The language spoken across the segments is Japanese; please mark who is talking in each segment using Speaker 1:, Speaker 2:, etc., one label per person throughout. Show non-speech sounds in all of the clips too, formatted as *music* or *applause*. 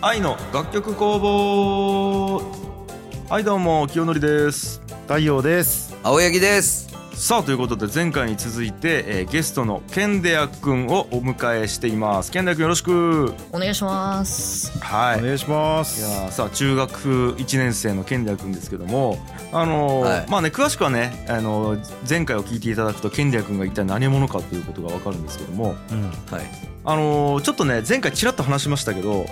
Speaker 1: 愛の楽曲工房はいどうも清則です
Speaker 2: 太陽です
Speaker 3: 青柳です
Speaker 1: さあということで前回に続いて、えーゲストのケンデヤくんをお迎えしていますケンデヤくんよろしく
Speaker 4: お願いします。
Speaker 1: はい
Speaker 2: お願いします
Speaker 1: いやーさあ中学1年生の賢也君ですけどもあのー
Speaker 3: はい
Speaker 1: まあね詳しくはねあのー前回を聞いていただくと賢也君が一体何者かということがわかるんですけども
Speaker 2: うん
Speaker 3: はい
Speaker 1: あのーちょっとね前回ちらっと話しましたけど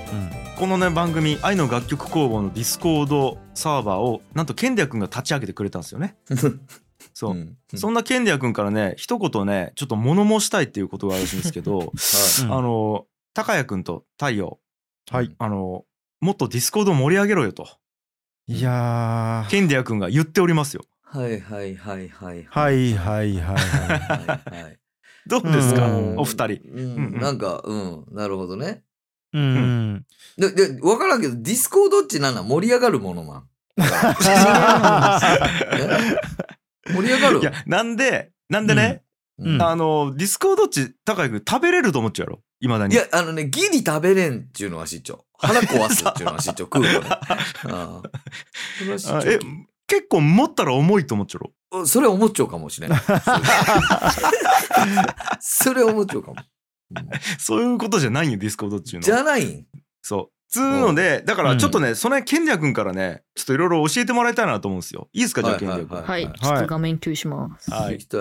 Speaker 1: このね番組「愛の楽曲工房」のディスコードサーバーをなんと賢也君が立ち上げてくれたんですよね。そう、
Speaker 3: ん
Speaker 1: そんな賢也君からね一言ねちょっと物申したいっていうことがあるらしいんですけど、
Speaker 2: うん
Speaker 1: あのー高谷君と太陽
Speaker 2: はい
Speaker 1: あのーもっとディスコードを盛り上げろよと。
Speaker 2: いやー
Speaker 1: ケンデヤ君が言っておりますよ。
Speaker 3: はいはいはいはい
Speaker 2: はいはいはいは
Speaker 3: はいはい
Speaker 1: どうですか、
Speaker 2: うん
Speaker 1: お二人。
Speaker 3: うん
Speaker 1: うんうん
Speaker 3: なんかうんなるほどね
Speaker 2: いうん
Speaker 3: でで分からんけどディスコードって何なん盛り上がるものなん
Speaker 1: *laughs*
Speaker 3: え盛り上がる
Speaker 1: いや、なんで、なんでね、
Speaker 3: うん
Speaker 1: あの、ディスコードっち、高井君食べれると思っちゃうやろいまだに。
Speaker 3: いや、あのね、ギリ食べれんっちゅうのは知っちょ。腹壊すっちゅうのは知っちょ。食うの
Speaker 1: *laughs*
Speaker 3: ね。ああそれは知っちょ
Speaker 1: あえ、結構持ったら重いと思っちゃうやろ
Speaker 3: おそれ思っちゃうかもしれん。
Speaker 1: *laughs*
Speaker 3: それ思っちゃうかも。
Speaker 1: *laughs* そういうことじゃないよ、ディスコードっちゅうの
Speaker 3: じ
Speaker 1: は。
Speaker 3: ゃないん。
Speaker 1: そう。つうので、だからちょっとね、その辺、ケンデヤ君からね、ちょっといろいろ教えてもらいたいなと思うんですよ。いいですか、じゃあ、ケンデヤ君。
Speaker 4: はい、
Speaker 3: はい
Speaker 4: ちょっと画面共有します。
Speaker 3: 聞きたい。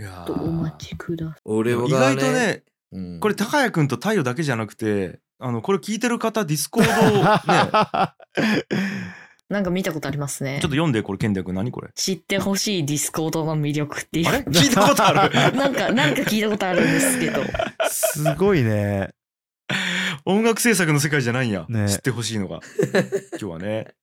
Speaker 1: いや
Speaker 4: ちょっとお
Speaker 1: ー
Speaker 4: 待ちください。
Speaker 3: 俺は、
Speaker 1: 意外とね、
Speaker 3: うん、
Speaker 1: これ、高谷君と太陽だけじゃなくて、あの、これ聞いてる方、ディスコードを
Speaker 2: *laughs*
Speaker 1: ね、
Speaker 4: なんか見たことありますね
Speaker 1: ちょっと。読んで、これ、ケンデヤ君、何これ。
Speaker 4: 知ってほしいディスコードの魅力って *laughs* いう。
Speaker 1: あれ聞いたことある
Speaker 4: *laughs* なんか、なんか聞いたことあるんですけど。
Speaker 2: すごいね
Speaker 1: 音楽制作の世界じゃないんや、
Speaker 2: ね
Speaker 1: 知ってほしいのが今日はね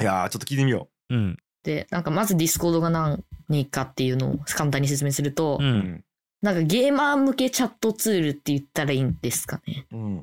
Speaker 1: いやーちょっと聞いてみよ
Speaker 2: うん
Speaker 4: で、なんかまずディスコードが何かっていうのを簡単に説明すると、
Speaker 2: う
Speaker 1: う、うんん
Speaker 4: なんかゲーマー向けチャットツールって言ったらいいんですかね。
Speaker 1: うん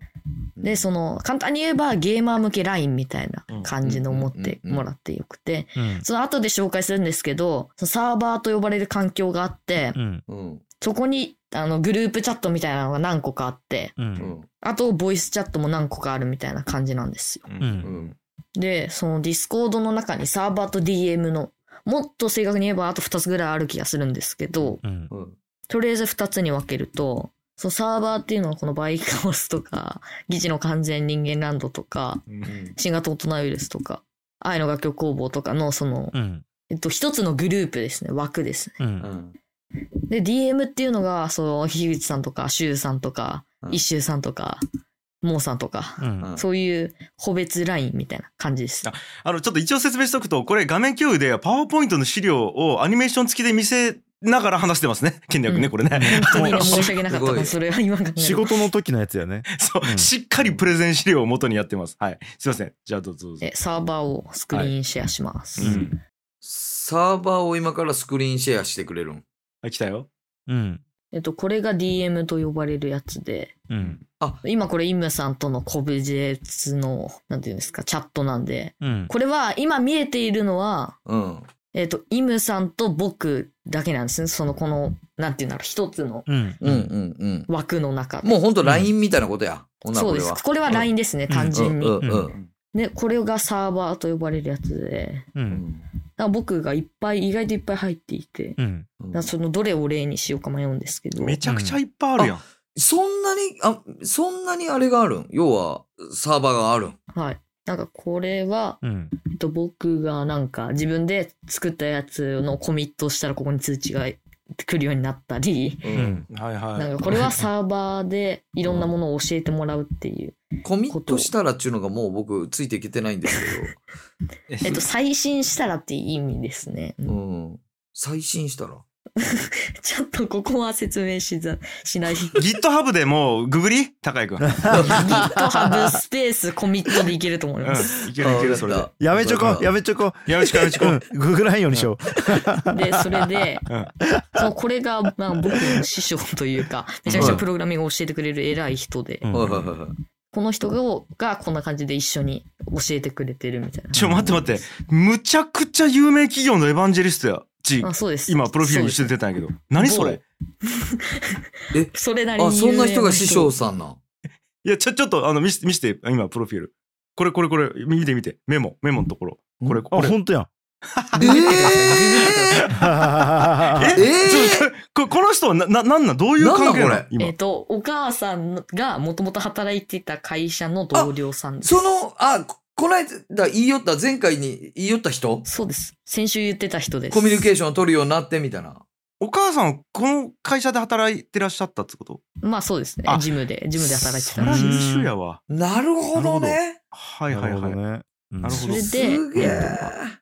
Speaker 4: で、その、簡単に言えばゲーマー向け LINE みたいな感じのを持ってもらってよくて、
Speaker 2: うん
Speaker 4: その後で紹介するんですけど、そのサーバーと呼ばれる環境があって、
Speaker 2: うん
Speaker 3: うん、
Speaker 4: そこにあのグループチャットみたいなのが何個かあって、
Speaker 2: う
Speaker 3: うんん、
Speaker 4: あとボイスチャットも何個かあるみたいな感じなんですよ。
Speaker 1: う
Speaker 2: うんん
Speaker 4: で、そのディスコードの中にサーバーと DM の、もっと正確に言えばあと2つぐらいある気がするんですけど、
Speaker 2: うん
Speaker 3: うん、
Speaker 4: とりあえず2つに分けると、そのサーバーっていうのはこのバイカオスとか、議事の完全人間ランドとか、
Speaker 1: うん
Speaker 3: うん、
Speaker 4: 新型大人ウイルスとか、愛の楽曲工房とかのその、
Speaker 2: うん
Speaker 4: えっと、一つのグループですね、枠ですね
Speaker 2: うん
Speaker 3: うん、
Speaker 4: で、DM っていうのが、そう、樋口さんとか、周さんとか
Speaker 3: う、ん
Speaker 4: 一周さんとか、モーさんとか、
Speaker 2: うん
Speaker 4: そういう個別ラインみたいな感じです
Speaker 1: あ。あのちょっと一応説明しておくとこれ画面共有でパワーポイントの資料をアニメーション付きで見せながら話してますね賢也君ね、
Speaker 4: うん
Speaker 1: これね
Speaker 4: 本当にね、
Speaker 2: もう
Speaker 4: 申し訳なか
Speaker 3: す
Speaker 4: った
Speaker 3: ごい
Speaker 4: な、それは今考えると
Speaker 2: 仕事の時のやつやね
Speaker 1: *laughs* そう、
Speaker 2: うん
Speaker 1: しっかりプレゼン資料を元にやってますはいすいませんじゃあどうぞどうぞ
Speaker 4: え、サーバーをスクリーンシェアします。
Speaker 1: うん
Speaker 3: サーバーを今からスクリーンシェアしてくれるん。
Speaker 1: はい来たよ
Speaker 2: うん
Speaker 4: えっと、これが DM と呼ばれるやつで、
Speaker 2: うん
Speaker 4: 今これイムさんとの個別の、なんていうんですか、チャットなんで、
Speaker 2: うん
Speaker 4: これは今見えているのは、
Speaker 3: うん、
Speaker 4: えっと、イムさんと僕だけなんですね。その、この、なんていうんだろう、一つの
Speaker 2: うん
Speaker 3: うん、うん、
Speaker 4: 枠の中
Speaker 3: う
Speaker 4: で
Speaker 3: ん。もうほんと LINE みたいなことや。ほんなら
Speaker 4: そうです。これは LINE ですね、
Speaker 2: うん
Speaker 4: 単純に。
Speaker 3: うん、うん、う。
Speaker 2: うん
Speaker 4: ね、これがサーバーと呼ばれるやつで、
Speaker 2: う
Speaker 3: うんん
Speaker 4: なんか僕がいっぱい、意外といっぱい入っていて、
Speaker 2: うん
Speaker 3: うん
Speaker 4: なんかそのどれを例にしようか迷うんですけど、
Speaker 1: めちゃくちゃいっぱいあるやん、
Speaker 3: そんなに、あ、そんなにあれがあるん要は、サーバーがあるん
Speaker 4: はい。なんかこれは、
Speaker 2: うん
Speaker 4: えっと、僕がなんか自分で作ったやつのコミットしたらここに通知が来るようになったり、
Speaker 3: う
Speaker 2: うんん
Speaker 1: はいはい
Speaker 4: なんかこれはサーバーでいろんなものを教えてもらうっていう。
Speaker 3: コミットしたらっちゅうのがもう僕ついてきてないんです
Speaker 4: えっと、最新したらっていう意味ですね。
Speaker 3: けど、うん、最新したら。
Speaker 4: *laughs* ちょっとここは説明しざ、しない
Speaker 1: GitHub でもうググり高井君、うん、い
Speaker 4: GitHub スペースコミットでいけると思います。
Speaker 1: けるいけるそれで
Speaker 2: やめちょこや
Speaker 3: め
Speaker 2: めちょこ
Speaker 1: やめちこやめちこ、
Speaker 2: うんググらんようにしよ
Speaker 4: で、それで
Speaker 1: うん、
Speaker 4: そのこれが、まあ、僕の師匠というか、めちゃくちゃプログラミングを教えてくれる偉い人で
Speaker 2: う、う、ん
Speaker 3: はいはいはいはい。
Speaker 4: この人が、がこんな感じで一緒に教えてくれてるみたい
Speaker 1: ちょ待って待ってむちゃくちゃ有名企業のエヴァンジェリストやち
Speaker 4: な。あ、そうです。
Speaker 1: 今プロフィールにして
Speaker 4: そうで
Speaker 1: 出たんやけど何それ
Speaker 4: すそれなり
Speaker 3: *laughs*
Speaker 4: に。
Speaker 3: あ、そんな人が師匠。さんなん。
Speaker 1: いや、ちょ、ちょっと、あの、見せて、見せて、今、プロフィール。これ、これ、これ、見て見て。メモ、メモのところ。これ、こ
Speaker 2: あ、
Speaker 1: れ。
Speaker 2: 本当やん。
Speaker 3: え
Speaker 2: あ
Speaker 3: え
Speaker 1: ちょっとここの人はな、な、なんなんどういう関係な
Speaker 3: なん
Speaker 1: の
Speaker 3: だこ
Speaker 1: 今
Speaker 4: えっ、。と、お母さんがもともと働いてた会社の同僚さんです。
Speaker 3: その、あ、ここの間言いよった、前回に言いよった人
Speaker 4: そうです。先週言ってた人です。
Speaker 3: コミュニケー
Speaker 4: シ
Speaker 3: ションを取るようになってみたいな。
Speaker 1: お母さんはこの会社で働いてらっしゃったってこと
Speaker 4: ョン。まあそうですね
Speaker 1: あ。
Speaker 4: ジムで、ジムで働いて
Speaker 1: そ
Speaker 4: た
Speaker 1: り
Speaker 4: ら
Speaker 1: ゃ
Speaker 4: しいです。
Speaker 1: 一緒やわ。
Speaker 3: なるほどね。
Speaker 1: は
Speaker 2: ー
Speaker 1: いはい
Speaker 2: なるほ
Speaker 1: はい。
Speaker 2: どね。うん
Speaker 1: なるほ
Speaker 4: そ
Speaker 1: ど
Speaker 4: れ
Speaker 3: すげ
Speaker 4: で、
Speaker 3: え。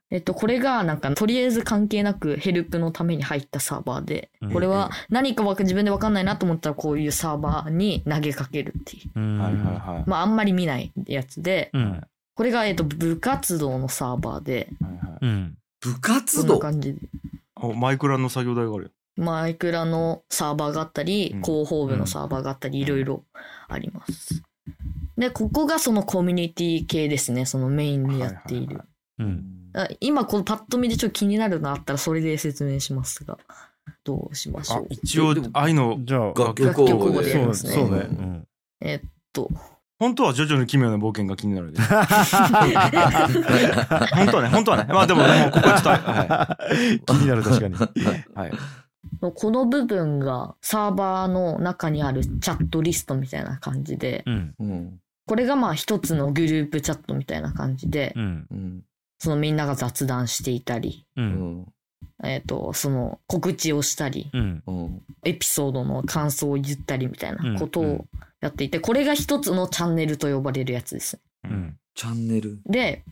Speaker 4: えっと、これがなんか、とりあえず関係なくヘルプのために入ったサーバーで
Speaker 2: うん、
Speaker 4: これは何かわか自分でわかんないなと思ったらこういうサーバーに投げかけるっていう。
Speaker 2: うん
Speaker 1: はいはいはい。
Speaker 4: まああんまり見ないやつで、
Speaker 2: うん。
Speaker 4: これが、えっと、部活動のサーバーで、
Speaker 1: はいはい
Speaker 2: うん。
Speaker 3: 部
Speaker 4: こ
Speaker 3: 活
Speaker 4: んな
Speaker 3: 動
Speaker 4: 感じで。
Speaker 1: おマイクラの作業台があるよ。
Speaker 4: マイクラのサーバーがあったり、
Speaker 1: うん
Speaker 4: 広報部のサーバーがあったり、いろいろあります。で、ここがそのコミュニティ系ですね、そのメインでやっている。
Speaker 2: うん。
Speaker 4: あ今、このパッと見でちょっと気になるのあったら、それで説明しますが、どうしましょう。
Speaker 1: 一応
Speaker 3: でも、
Speaker 1: 愛の、
Speaker 2: じゃあ、
Speaker 3: 楽曲
Speaker 4: 楽曲
Speaker 3: 公
Speaker 4: 公
Speaker 3: 募で
Speaker 4: 募
Speaker 2: そ
Speaker 4: でやり
Speaker 2: う
Speaker 4: ますね。
Speaker 2: そうね。うん。
Speaker 4: えっと、
Speaker 1: 本当はジョジョの奇妙な冒険が気になるで
Speaker 2: *laughs*
Speaker 1: 本当はね、本当はね。まあでも、もうここはちょっと、は
Speaker 2: 気になる確かに。
Speaker 1: い。はい。
Speaker 4: この部分がサーバーの中にあるチャットリストみたいな感じで、
Speaker 2: うん。
Speaker 3: うん。
Speaker 4: これがまあ一つのグループチャットみたいな感じで、
Speaker 2: うん。
Speaker 3: うん。
Speaker 4: そのみんなが雑談していたり、
Speaker 2: う。
Speaker 3: うんん。
Speaker 4: えっ、と、その告知をしたり、
Speaker 2: うん。
Speaker 3: うん。
Speaker 4: エピソードの感想を言ったりみたいなこと
Speaker 2: うんう
Speaker 4: を
Speaker 2: ん
Speaker 4: やっていて、これが一つのチャンネルと呼ばれるやつですね。
Speaker 2: うん。
Speaker 3: チャンネル。
Speaker 4: で、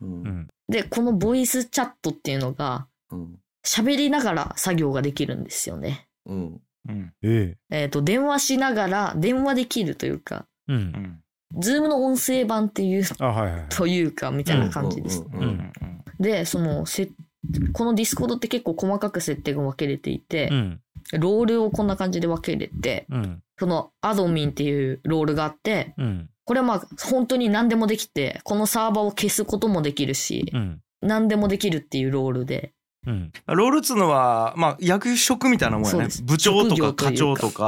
Speaker 3: う。
Speaker 2: うんん。
Speaker 4: で、このボイスチャットっていうのが、
Speaker 3: うん。
Speaker 4: 喋りながら作業ができるんですよね。
Speaker 3: うん。
Speaker 1: うん。
Speaker 2: え
Speaker 4: えっ、と、電話しながら、電話できるというか、
Speaker 2: え。う。
Speaker 1: うんん。
Speaker 4: ズームの音声版っていう、
Speaker 2: あ、はいはい。
Speaker 4: というか、みたいな感じです。
Speaker 3: うん
Speaker 1: うん。うん。
Speaker 4: で、その、せこのディスコードって結構細かく設定が分けれていて
Speaker 2: う、ん。
Speaker 4: ロールをこんな感じで分けれて、
Speaker 2: うん。
Speaker 4: そのアドミンっていうロールがあって、
Speaker 2: うん。
Speaker 4: これはまあ本当に何でもできて、このサーバーを消すこともできるし
Speaker 2: う、ん。
Speaker 4: 何でもできるっていうロールで、
Speaker 2: うん。
Speaker 1: ロールっつうのは、まあ、役職みたいなもんや
Speaker 4: そう
Speaker 1: ね
Speaker 4: で。す
Speaker 1: 部長と
Speaker 4: 職
Speaker 1: か
Speaker 4: 業と
Speaker 1: 課長と
Speaker 4: いうか
Speaker 1: か、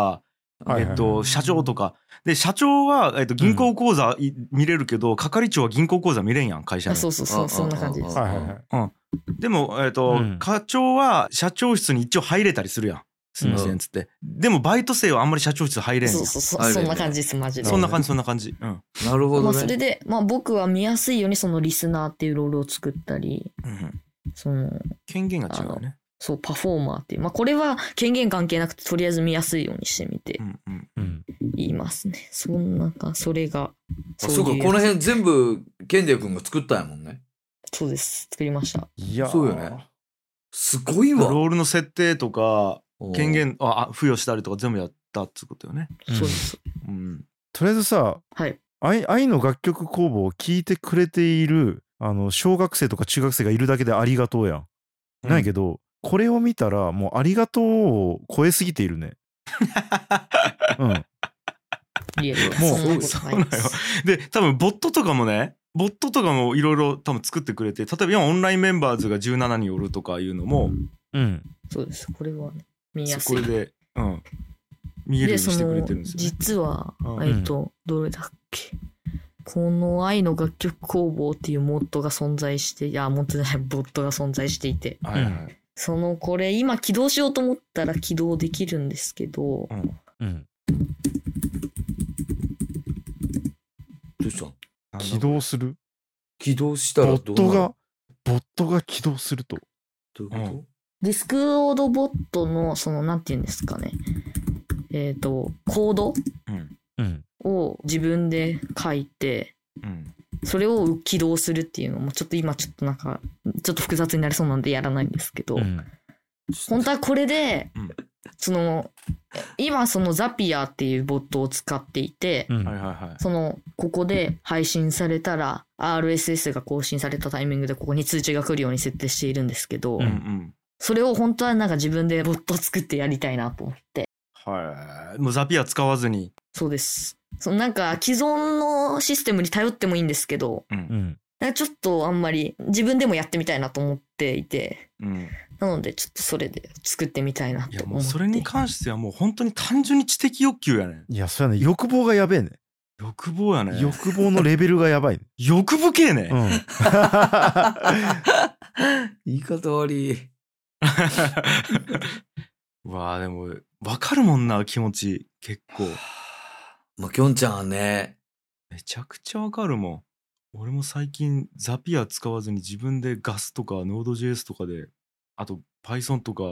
Speaker 2: はい
Speaker 1: え
Speaker 2: はい
Speaker 1: っと、社長とか。で、社長は、えっと、銀行口座い見れるけど、係長は銀行口座見れんやん、会社
Speaker 4: あ
Speaker 1: の。
Speaker 4: そうそうそう、そんな感じです。
Speaker 2: はいはいはい。
Speaker 1: でも、えっと
Speaker 2: うん、
Speaker 1: 課長は社長室に一応入れたりするやん。すみません、つって。でも、バイト生はあんまり社長室入れんや
Speaker 4: そ
Speaker 1: ん
Speaker 4: う。そうそ
Speaker 3: あれ
Speaker 4: う、そんな感じです、マジで。
Speaker 1: そんな感じ、そんな感じ。うん。
Speaker 3: なるほ
Speaker 4: ま
Speaker 3: ど
Speaker 4: あそ
Speaker 3: ね。
Speaker 4: れで、まあ僕は見やすいようにそのリスナーっていうロールを作ったり、
Speaker 1: うん
Speaker 4: その、
Speaker 1: 権限が違うね。
Speaker 4: そう、パフォーマーっていう、まあこれは権限関係なくて、とりあえず見やすいようにしてみて
Speaker 1: うんうん。
Speaker 2: うん。
Speaker 4: いますね。そんなか、それが、
Speaker 3: あそうか、
Speaker 4: いう
Speaker 3: この辺全部、ケンデ君が作ったんやもんね。
Speaker 4: そうです、作りました。
Speaker 2: いやー。
Speaker 3: そうよねすごいわ。
Speaker 1: ロールの設定とか、
Speaker 3: うん
Speaker 1: 権。限、あ、あ付与したりとか全部やったっつうことよね。
Speaker 2: うん
Speaker 4: そうです。
Speaker 1: うん。
Speaker 2: とりあえずさ、
Speaker 4: はい。
Speaker 2: 愛愛の楽曲公募を聴いてくれているあの小学生とか中学生がいるだけでありがとうやん。ないけど、これを見たらもうありがとうを超えすぎているね。うん、
Speaker 4: いやいや、
Speaker 2: もう
Speaker 4: そんなことないで
Speaker 1: *laughs*
Speaker 4: す。
Speaker 1: で、多分、ボットとかもね、ボットとかもいろいろ多分作ってくれて、例えば今オンラインメンバーズが17人おるとかいうのも、
Speaker 2: うん、
Speaker 4: そうです。これはね、見や
Speaker 1: そ
Speaker 4: す
Speaker 1: こ
Speaker 4: い。
Speaker 1: で、うん。見えるように
Speaker 4: そ
Speaker 1: してくれ
Speaker 4: の
Speaker 1: てるんですよね。
Speaker 4: 実は、
Speaker 1: うん
Speaker 4: えっと、どれだっけ。この愛の楽曲工房っていうモッドが存在して、いや、モッドじゃない、ボットが存在していて、
Speaker 1: はいはい。
Speaker 4: その、これ、今起動しようと思ったら起動できるんですけど、
Speaker 1: うん
Speaker 2: うん。
Speaker 3: どうしたん
Speaker 2: 起動する
Speaker 3: 起動した
Speaker 2: ボ
Speaker 3: ら
Speaker 2: ッ
Speaker 3: どう
Speaker 2: ト
Speaker 3: なる
Speaker 2: が、ボットが起動すると。
Speaker 3: どういうこ
Speaker 4: ディスクオードボットの、その、なんて言うんですかね、えっと、コード
Speaker 1: うん。
Speaker 2: うん。
Speaker 4: を自分で書いて、
Speaker 1: うん。
Speaker 4: それを起動するっていうのもちょっと今ちょっとなんかちょっと複雑になりそうなんでやらないんですけど、
Speaker 2: うん。
Speaker 4: 本当はこれで、
Speaker 1: うん
Speaker 4: その今そのザピアっていうボットを使っていて、
Speaker 2: うん
Speaker 1: はいはいはい。
Speaker 4: そのここで配信されたら RSS が更新されたタイミングでここに通知が来るように設定しているんですけど、
Speaker 2: う
Speaker 1: うんんうん。
Speaker 4: それを本当はなんか自分でボットを作ってやりたいなと思って
Speaker 1: はい。もうザピア使わずに。
Speaker 4: そうですそのなんか既存のシステムに頼ってもいいんですけど、
Speaker 1: う。
Speaker 2: うんん。
Speaker 4: なんかちょっとあんまり自分でもやってみたいなと思っていて、
Speaker 1: うん。
Speaker 4: なのでちょっとそれで作ってみたいなと
Speaker 1: い
Speaker 4: 思っ
Speaker 1: や
Speaker 4: て。
Speaker 1: もうそれに関してはもう本当に単純に知的欲求やね。
Speaker 2: いや、それはね、欲望がやべえね。
Speaker 1: 欲望やね
Speaker 2: 欲望のレベルがやばい、ね。
Speaker 1: 欲深えね、
Speaker 2: うん
Speaker 3: *laughs* 言い方悪い。
Speaker 1: うわあでもわかるもんな気持ち結構
Speaker 3: まあ、きょんちゃんはね、
Speaker 1: めちゃくちゃわかるもん俺も最近ザピア使わずに自分でガスとか Node.js とかであと Python とか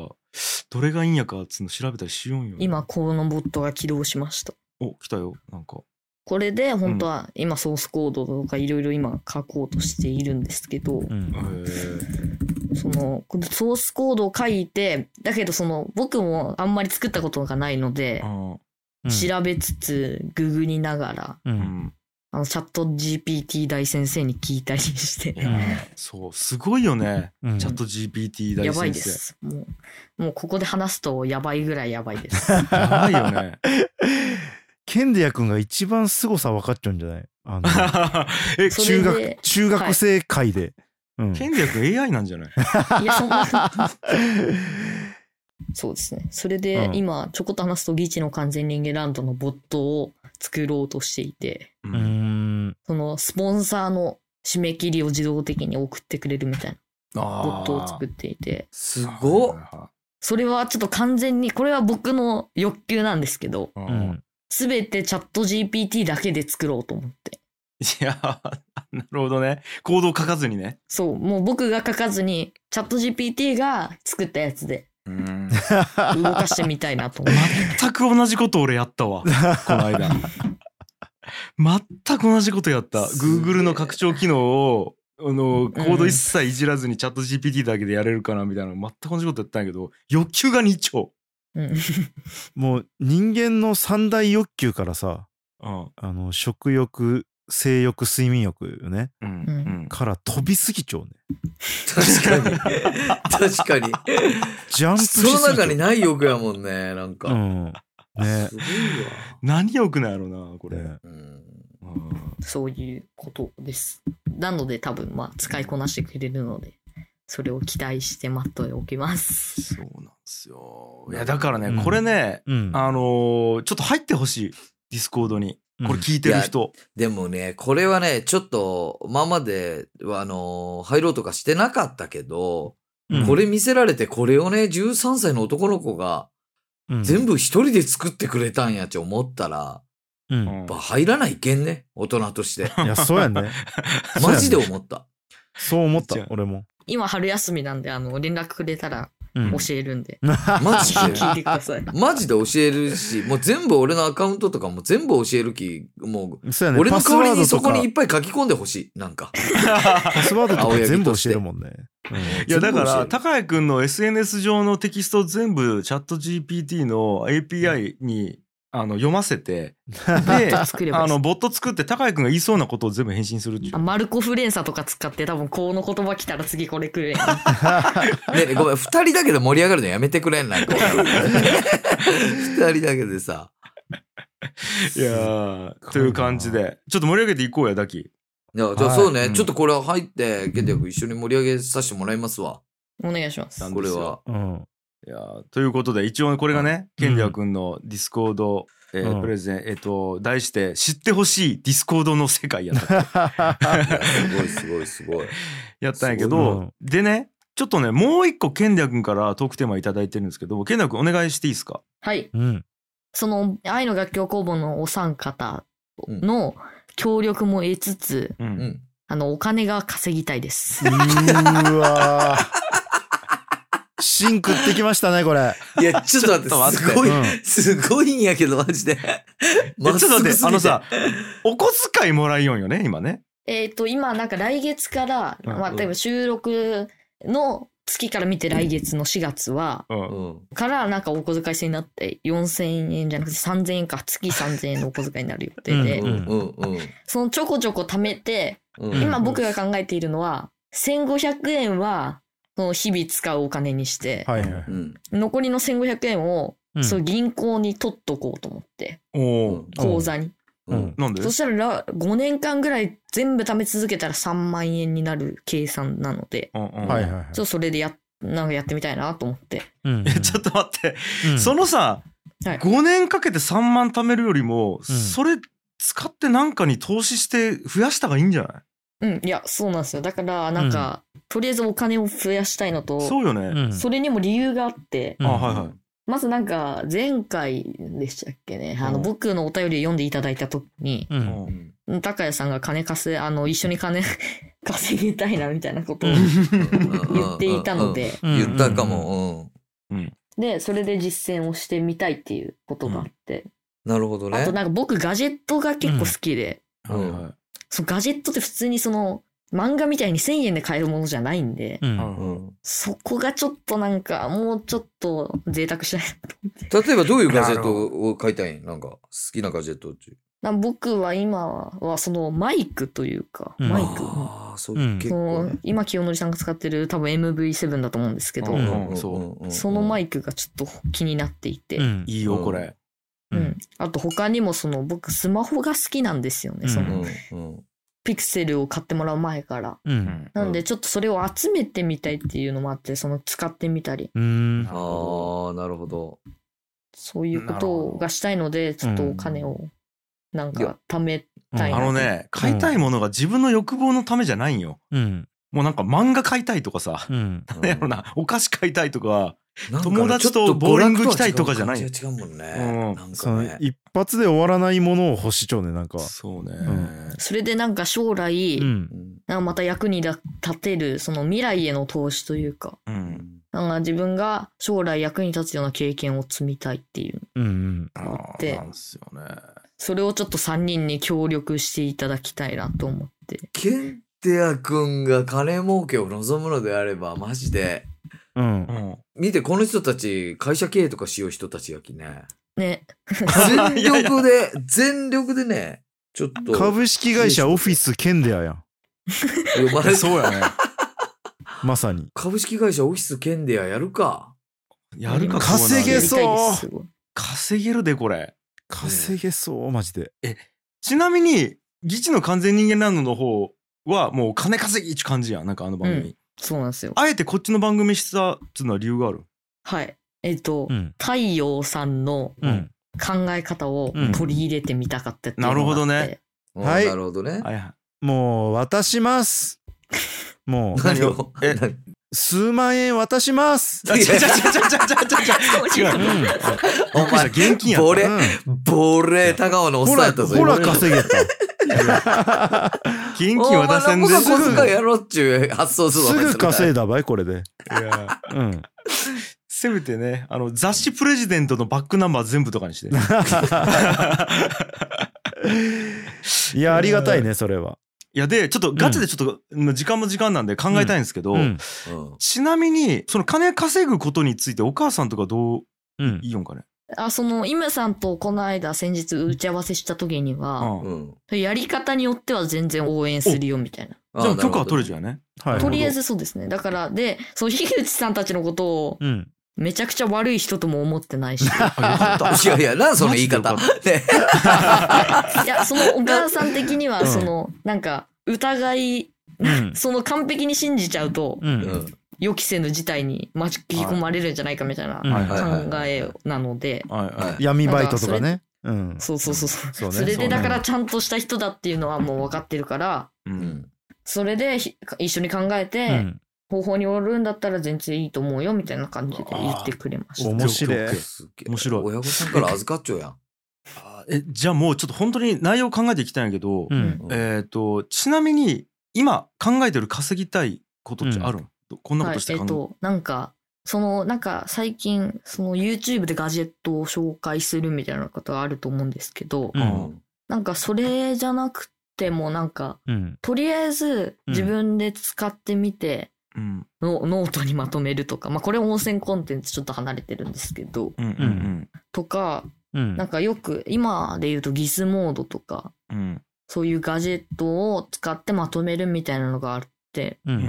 Speaker 1: どれがいいんやかっつうの調べたりしようんよ
Speaker 4: 今このボットが起動しました
Speaker 1: お来たよなんか
Speaker 4: これで本当は今ソースコードとかいろいろ今書こうとしているんですけど、
Speaker 2: うん
Speaker 1: へえ
Speaker 4: そのこのソースコードを書いてだけどその僕もあんまり作ったことがないので
Speaker 1: あ、ー
Speaker 4: 調べつつググりながら
Speaker 2: うん
Speaker 1: うん
Speaker 4: あのチャット GPT 大先生に聞いたりして
Speaker 1: いやーそうすごいよね
Speaker 2: うん
Speaker 1: チャット GPT 大先生
Speaker 4: やばいですもうもうここで話すとやばいぐらいやばいで
Speaker 2: *laughs*
Speaker 4: す
Speaker 1: やばいよね
Speaker 2: ケンデヤ君が一番凄さ分かっちゃうんじゃないあの
Speaker 1: え
Speaker 4: それ
Speaker 2: 中
Speaker 4: で
Speaker 2: 学中学生会で。うん
Speaker 1: 権力 AI なんじゃない
Speaker 4: いやそんな *laughs* そうですねそれで
Speaker 2: うん
Speaker 4: 今ちょこっと話すとギチの完全人間ランドのボットを作ろうとしていて
Speaker 1: う *laughs*
Speaker 2: うー
Speaker 1: ん
Speaker 2: ん
Speaker 4: そのスポンサーの締め切りを自動的に送ってくれるみたいなボットを作っていて
Speaker 3: すご
Speaker 1: は
Speaker 3: っ
Speaker 1: い。は
Speaker 4: それはちょっと完全にこれは僕の欲求なんですけど
Speaker 1: いは
Speaker 2: う
Speaker 1: いうん
Speaker 2: ん
Speaker 4: 全てチャット GPT だけで作ろうと思って
Speaker 1: いやー *laughs* なるほどね行動書かずにね
Speaker 4: そうもう僕が書かずにチャット GPT が作ったやつで
Speaker 1: うん
Speaker 4: 動かしてみたいなと思って *laughs*
Speaker 1: 全く同じこと俺やったわこの間全く同じことやった
Speaker 3: すげえ
Speaker 1: Google の拡張機能をあのコード一切いじらずにチャット GPT だけでやれるかなみたいな全く同じことやったんやけど欲求が2丁、
Speaker 4: うん
Speaker 2: もう人間の三大欲求からさ
Speaker 1: うん
Speaker 2: あの食欲性欲睡眠欲よね
Speaker 1: うん
Speaker 4: うん
Speaker 1: うん、
Speaker 2: から飛びすぎちゃうね
Speaker 3: 確
Speaker 2: *laughs*
Speaker 3: かに。確かに。
Speaker 2: ジャンプしす
Speaker 3: そ
Speaker 2: ぎ
Speaker 3: の中に
Speaker 2: ね
Speaker 3: ない欲やもんね、なん
Speaker 2: う
Speaker 3: か。
Speaker 2: んね
Speaker 3: すごい
Speaker 1: 何よくないやろなこれ、
Speaker 2: ね
Speaker 3: わ。うん
Speaker 1: うん
Speaker 4: そういうことですなので多分まあ使いこなしてくれるのでそれを期待して待っておきます
Speaker 1: そうなんですよいやだからね、
Speaker 2: うん
Speaker 1: これね
Speaker 2: うん
Speaker 1: あのーちょっと入ってほしいディスコードにこれ聞いてる人、
Speaker 3: でもね、これはね、ちょっと、今までは、あのー、入ろうとかしてなかったけど、
Speaker 2: うん
Speaker 3: これ見せられて、これをね、13歳の男の子が、
Speaker 2: うん
Speaker 3: 全部一人で作ってくれたんやって思ったら、
Speaker 2: うん
Speaker 1: うん
Speaker 3: やっぱ入らないけんね、大人として。
Speaker 2: いや *laughs* そうやんね
Speaker 3: マジで思った。
Speaker 2: そう思った
Speaker 1: じゃあ
Speaker 2: 俺も
Speaker 4: 今春休みなんであの連絡くれたら
Speaker 2: うん
Speaker 4: 教えるんで、
Speaker 3: マジで
Speaker 2: *laughs*
Speaker 4: 聞いてください
Speaker 3: マジで教えるし、もう全部俺のアカウントとかも全部教える気、も
Speaker 2: そうや
Speaker 3: う、
Speaker 2: ね
Speaker 3: 俺の
Speaker 2: パス
Speaker 3: 代わ
Speaker 2: ワ
Speaker 3: り
Speaker 2: ード
Speaker 3: にそ
Speaker 2: と
Speaker 3: こ
Speaker 2: か
Speaker 3: にいっぱい書き込んでほしい。なんか。
Speaker 2: パスワードと
Speaker 3: 青
Speaker 2: か
Speaker 3: 柳
Speaker 2: 全部
Speaker 3: として
Speaker 2: 教えるもんね
Speaker 1: いやだか
Speaker 3: 全部教え
Speaker 1: ら
Speaker 3: る
Speaker 1: 高谷君の SNS 上のテキストを全部チャット GPT の API にあの読ませ *laughs* てで
Speaker 4: 作ればいい
Speaker 1: あ
Speaker 4: です
Speaker 1: のボット作って高谷君が言いそうなことを全部返信するっていう
Speaker 4: あマルコ・フレンサとか使って多分この言葉来たら次これくれ
Speaker 3: ねえねえごめん、二人だけで盛り上がるのやめてくれんな
Speaker 2: *laughs*
Speaker 3: んか。二人だけでさ。
Speaker 1: いやーという感じでちょっと盛り上げていこうやダキ
Speaker 3: いや、じゃあそうね、ちょっとこれ入って、ゲンデ君一緒に盛り上げさせてもらいますわ。
Speaker 4: お願いします
Speaker 1: なん
Speaker 3: こ
Speaker 1: で
Speaker 3: れ
Speaker 1: すよ
Speaker 2: *laughs*
Speaker 3: は。
Speaker 2: うんうん
Speaker 1: いやーということで一応これがねケンリア君のディスコード、えー
Speaker 2: うん
Speaker 1: プレゼンえっ、と題して知ってほしいディスコードの世界や *laughs* った
Speaker 3: いやすごいすごいすごい。
Speaker 1: やったんやけ
Speaker 2: すごい
Speaker 1: ど、
Speaker 2: な
Speaker 1: でねちょっとねもう一個ケンリア君からトークテーマ頂いただいてるんですけどケンリア君お願いしていいですか
Speaker 4: はい
Speaker 2: うん
Speaker 4: その愛の楽曲工房のお三方の協力も得つつ
Speaker 1: うん
Speaker 3: うん。
Speaker 4: あのお金が稼ぎたいです
Speaker 2: うーわーシンクってきましたねこれ
Speaker 3: いや、ちょっと待って、
Speaker 1: ちょっと待って
Speaker 3: すごい、
Speaker 1: *laughs*
Speaker 2: うん
Speaker 3: すごいんやけど、マジで。
Speaker 1: えちょっと待って、あのさ
Speaker 3: まっすぐすぎて、、
Speaker 1: お小遣いもらいよんよね、今ね。
Speaker 4: えっと今なんか来月から、
Speaker 1: うん
Speaker 4: まあ、例えば収録の月から見て来月の4月は
Speaker 1: うん。
Speaker 3: うん。
Speaker 4: からなんかお小遣い制になって4000円じゃなくて3000円か月3000円のお小遣いになる予定で
Speaker 2: う
Speaker 3: うんんうん
Speaker 4: そのちょこちょこ貯めて
Speaker 3: うん。
Speaker 4: 今僕が考えているのは1500円はその日々使うお金にして、
Speaker 2: はいはい
Speaker 3: うん。
Speaker 4: 残りの1500円を
Speaker 2: うん
Speaker 4: そう銀行に取っとこうと思って、
Speaker 1: おお、
Speaker 3: う
Speaker 4: 口座に、
Speaker 2: うん
Speaker 3: ん。
Speaker 1: なんで
Speaker 4: そしたら5年間ぐらい全部貯め続けたら3万円になる計算なので
Speaker 1: うんうん
Speaker 2: はいはいはい
Speaker 4: ちょっとそれでやなんかやってみたいなと思って
Speaker 2: うんうん
Speaker 1: えちょっと待って、
Speaker 2: うん
Speaker 1: そのさ、
Speaker 4: はい
Speaker 1: 5年かけて3万貯めるよりも、
Speaker 2: うん
Speaker 1: それ使ってなんかに投資して増やした方がいいんじゃない
Speaker 4: うん、いや、そうなんですよ。だから、なんか、とりあえずお金を増やしたいのと、
Speaker 1: そうよね。
Speaker 2: うん
Speaker 4: それにも理由があって、
Speaker 2: うん
Speaker 1: あはいはい。
Speaker 4: まずなんか、前回でしたっけね、あ
Speaker 1: う
Speaker 4: の、
Speaker 1: ん
Speaker 4: 僕のお便りを読んでいただいた時に、
Speaker 2: う
Speaker 1: うん
Speaker 2: ん
Speaker 3: うん
Speaker 4: 高谷さんが金稼い、あの、一緒に金 *laughs* 稼ぎたいな、みたいなことを
Speaker 2: うん
Speaker 4: 言っていたの。
Speaker 3: うんうん
Speaker 4: で、
Speaker 2: うん
Speaker 3: 言ったかも。
Speaker 4: で、それで実践をしてみたいっていうことがあって、
Speaker 3: うん。なるほどね。
Speaker 4: あとなんか僕ガジェットが結構好きで、
Speaker 3: うん
Speaker 1: *laughs* はいはい
Speaker 4: そのガジェットって普通にその漫画みたいに1000円で買えるものじゃないんで、
Speaker 2: うん
Speaker 1: うん
Speaker 3: うん
Speaker 4: そこがちょっとなんかもうちょっと贅沢しない。 *laughs*
Speaker 3: 例えばどういうガジェットを買いたいんなんか、好きなガジェットっていう。
Speaker 4: なんか僕は今はそのマイクというか、
Speaker 2: うん
Speaker 4: マイク。
Speaker 3: ああ、そう、
Speaker 2: うん
Speaker 3: 結
Speaker 4: そ
Speaker 3: 構
Speaker 4: の
Speaker 3: ね。
Speaker 4: 今清則さんが使ってる多分 MV7 だと思うんですけど、
Speaker 1: うん
Speaker 3: ん
Speaker 1: そうん
Speaker 3: んん
Speaker 4: そのマイクがちょっと気になっていて、
Speaker 2: うん
Speaker 1: いいよ、これ。
Speaker 4: うんあと他にもその僕スマホが好きなんですよね、
Speaker 2: うん
Speaker 4: そうの
Speaker 3: んうん
Speaker 4: ピクセルを買ってもらう前から。
Speaker 2: う
Speaker 1: うんん
Speaker 4: なんでちょっとそれを集めてみたいっていうのもあって、その使ってみたり、
Speaker 2: うん
Speaker 1: なるほ
Speaker 3: ああ、なるほど。
Speaker 4: そういうこ
Speaker 1: なるほ
Speaker 4: と
Speaker 1: ど
Speaker 4: がしたいので、ちょっとお金をなん
Speaker 3: い
Speaker 4: か
Speaker 3: や
Speaker 4: 貯めたい
Speaker 1: あ
Speaker 4: な。
Speaker 1: のね、買いたいものが自分の欲望のためじゃないんよ。
Speaker 2: うん
Speaker 1: もうなんか漫画買いたいとかさ、
Speaker 2: うん
Speaker 1: なんやろな、 *laughs* お菓子買いたいとか、
Speaker 3: なんかね
Speaker 1: 友達と
Speaker 3: ちょっ
Speaker 1: ボーリング行きたいとかじゃない
Speaker 3: 娯楽とは違う感じが違うもん
Speaker 1: うん
Speaker 3: ね。なん
Speaker 2: そ
Speaker 3: か
Speaker 2: の
Speaker 3: ね。
Speaker 2: 一発で終わらないものを欲しちゃうねなんか
Speaker 1: そうね。
Speaker 2: ん
Speaker 4: それでなんか将来、
Speaker 2: うん
Speaker 3: うん
Speaker 4: なんかまた役に立てる、その未来への投資というか、
Speaker 1: うん。
Speaker 4: なんか自分が将来役に立つような経験を積みたいっていう。
Speaker 2: うんうん
Speaker 1: あ
Speaker 4: 思っ
Speaker 1: ー
Speaker 4: て
Speaker 1: なんすよね。
Speaker 4: それをちょっと3人に協力していただきたいなと思って。
Speaker 3: ケンテヤ君が金儲けを望むのであれば、マジで。
Speaker 2: うん
Speaker 1: うん。
Speaker 3: 見て、この人たち、会社経営とかしよう人たちが
Speaker 1: *laughs*
Speaker 3: きね。
Speaker 4: ね。
Speaker 3: 全力で、全力でね、ちょっと。
Speaker 2: 株式会社オフィスケンデアやん
Speaker 3: 呼ばれ
Speaker 1: そうやね。 *laughs*
Speaker 2: まさに
Speaker 3: 株式会社オフィスケンデアやるか。
Speaker 1: やるか、
Speaker 2: 稼げそう
Speaker 4: やりたいですすごい
Speaker 1: 稼げるで、これ。
Speaker 2: 稼げそうマジで
Speaker 1: ちなみに、議事の完全人間ランドの方は、もう金稼ぎって感じやん。なんかあの番組。
Speaker 4: うんそうなんですよ。
Speaker 1: あえてこっちの番組したっつうのは理由がある。
Speaker 4: はい。えっ、と、
Speaker 2: うん
Speaker 4: 太陽さんの
Speaker 2: うん
Speaker 4: 考え方を取り入れてみたかったっていう
Speaker 1: なる
Speaker 4: の
Speaker 1: ほ
Speaker 4: が
Speaker 1: ど
Speaker 4: あって、 *laughs*
Speaker 1: ね。
Speaker 3: うん
Speaker 2: はい
Speaker 3: なるほどね。
Speaker 1: はいはい。
Speaker 2: もう渡しますもう
Speaker 3: 何を
Speaker 1: え
Speaker 3: 何
Speaker 2: 数万円渡します
Speaker 1: あ違う違う違う違う違う違う違う。違う。
Speaker 3: お前、
Speaker 1: 現金やった
Speaker 3: ボ
Speaker 2: う
Speaker 3: レ、
Speaker 2: ん
Speaker 3: ボレ、高尾のおっさ
Speaker 2: ほ
Speaker 3: んや
Speaker 2: ら
Speaker 3: ったぞ。
Speaker 2: ほら
Speaker 3: 今
Speaker 1: *laughs*
Speaker 2: 稼げた
Speaker 1: 現金渡せんで
Speaker 3: お前なんぼか小遣いやろっちゅう発想する
Speaker 2: すぐ稼
Speaker 3: い
Speaker 2: いだばいこれで
Speaker 1: いや
Speaker 2: うん
Speaker 1: せめてね、あの、雑誌プレジデントのバックナンバー全部とかにして。
Speaker 2: いやありがたいねそれはい
Speaker 1: や、で、ちょっとガチでちょっと、時間も時間なんで考えたいんですけど、
Speaker 2: うん
Speaker 3: うん。
Speaker 1: ちなみに、その金稼ぐことについてお母さんとかどう
Speaker 2: うん
Speaker 1: いいんかね。
Speaker 4: あ、その、イムさんとこの間先日打ち合わせした時には、
Speaker 1: うん
Speaker 3: うん。
Speaker 4: やり方によっては全然応援するよみたいな。
Speaker 1: じゃあ
Speaker 3: あ
Speaker 1: 許可は取れ
Speaker 3: る
Speaker 1: ちゃうよね。
Speaker 2: はい
Speaker 4: とりあえずそうですね。だから、で、そう、樋口さんたちのことを
Speaker 2: うん
Speaker 4: めちゃくちゃ悪い人とも思ってないし、
Speaker 1: あよかっ
Speaker 3: いやいや、なんその言い方。
Speaker 1: マ
Speaker 3: ね
Speaker 1: ジ
Speaker 4: いや、そのお母さん的に
Speaker 2: う
Speaker 4: は、
Speaker 2: ん
Speaker 4: その、なんか、疑い、
Speaker 2: うん
Speaker 4: その完璧に信じちゃうと、
Speaker 2: う
Speaker 3: うん
Speaker 2: ん
Speaker 4: 予期せぬ事態に巻き込まれるんじゃないかみたいな
Speaker 2: うん
Speaker 1: はい
Speaker 3: は
Speaker 1: はいい。
Speaker 4: 考えなので、
Speaker 1: はいはい。
Speaker 2: 闇バイトとかねうん
Speaker 4: そうそうそうそう。
Speaker 2: そうね
Speaker 4: それ
Speaker 2: そうね
Speaker 4: でだからちゃんとした人だっていうのはもう分かってるから、
Speaker 1: う
Speaker 3: うんん。
Speaker 4: それでひ一緒に考え
Speaker 2: う
Speaker 4: て、
Speaker 2: ん
Speaker 4: 方法によるんだったら全然いいと思うよみたいな感じで言ってくれました。
Speaker 2: 面白い
Speaker 1: オッケーオッケー
Speaker 3: すげえ
Speaker 1: 面白い
Speaker 3: 親御さんから預かっちゃうやん。
Speaker 1: あえじゃあもうちょっと本当に内容を考えていきたいんやけど、
Speaker 2: うん
Speaker 3: うん
Speaker 1: えっ、とちなみに今考えてる稼ぎたいことってあるの、こんなこ
Speaker 4: はい
Speaker 1: とし、て
Speaker 4: えっ、
Speaker 1: 考え
Speaker 4: と、なんか、その、なんか最近、その YouTube でガジェットを紹介するみたいなことがあると思うんですけど、
Speaker 2: う
Speaker 3: うんん
Speaker 4: なんかそれじゃなくてもなんか、
Speaker 2: うん
Speaker 4: とりあえず自分で使ってみて、
Speaker 1: うん
Speaker 4: のノートにまとめるとか、まあこれ温泉コンテンツちょっと離れてるんですけど、
Speaker 1: うんうん
Speaker 4: とか、
Speaker 2: うん
Speaker 4: なんかよく今で言うとギスモードとか、
Speaker 1: うんうん
Speaker 4: そういうガジェットを使ってまとめるみたいなのがあって、
Speaker 2: う
Speaker 1: うん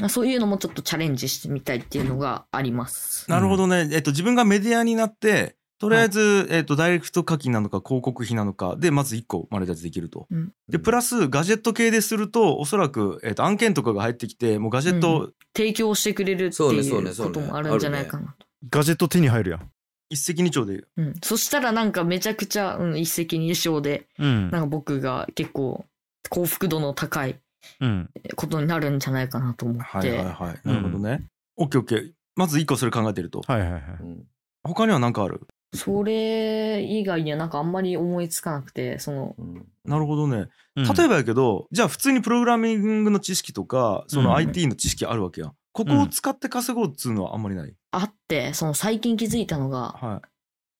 Speaker 1: うんん
Speaker 4: そういうのもちょっとチャレンジしてみたいっていうのがあります。
Speaker 1: なるほどね、えっと自分がメディアになってとりあえず、えっとダイレクト課金なのか広告費なのかでまず1個マネタイズできると。
Speaker 4: うん
Speaker 1: でプラスガジェット系でするとおそらく、えっと案件とかが入ってきてもうガジェット、
Speaker 4: 提供してくれるって
Speaker 3: そうねそ
Speaker 4: いう
Speaker 3: ね
Speaker 4: う
Speaker 3: そう
Speaker 4: こ
Speaker 3: ね
Speaker 4: ともあるんじゃないかなと。
Speaker 2: ガジェット手に入るやん
Speaker 1: 一石二鳥で
Speaker 4: うん、そしたらなんかめちゃくちゃ、うん、一石二鳥で
Speaker 2: うん
Speaker 4: なんか僕が結構幸福度の高い
Speaker 2: うん
Speaker 4: ことになるんじゃないかなと思って、
Speaker 1: はいはいはいなるほどね、オッケーオッケーまず一個それ考えてると、
Speaker 2: はいはいはい
Speaker 3: うん
Speaker 1: 他には何かある
Speaker 4: それ以外にはなんかあんまり思いつかなくてその
Speaker 3: うん
Speaker 1: なるほどね、
Speaker 2: うん
Speaker 1: 例えばやけどじゃあ普通にプログラミングの知識とかそ
Speaker 2: うん
Speaker 1: の IT の知識あるわけやんここを使って稼ごうっつうのはあんまりない、
Speaker 4: あってその最近気づいたのが
Speaker 1: は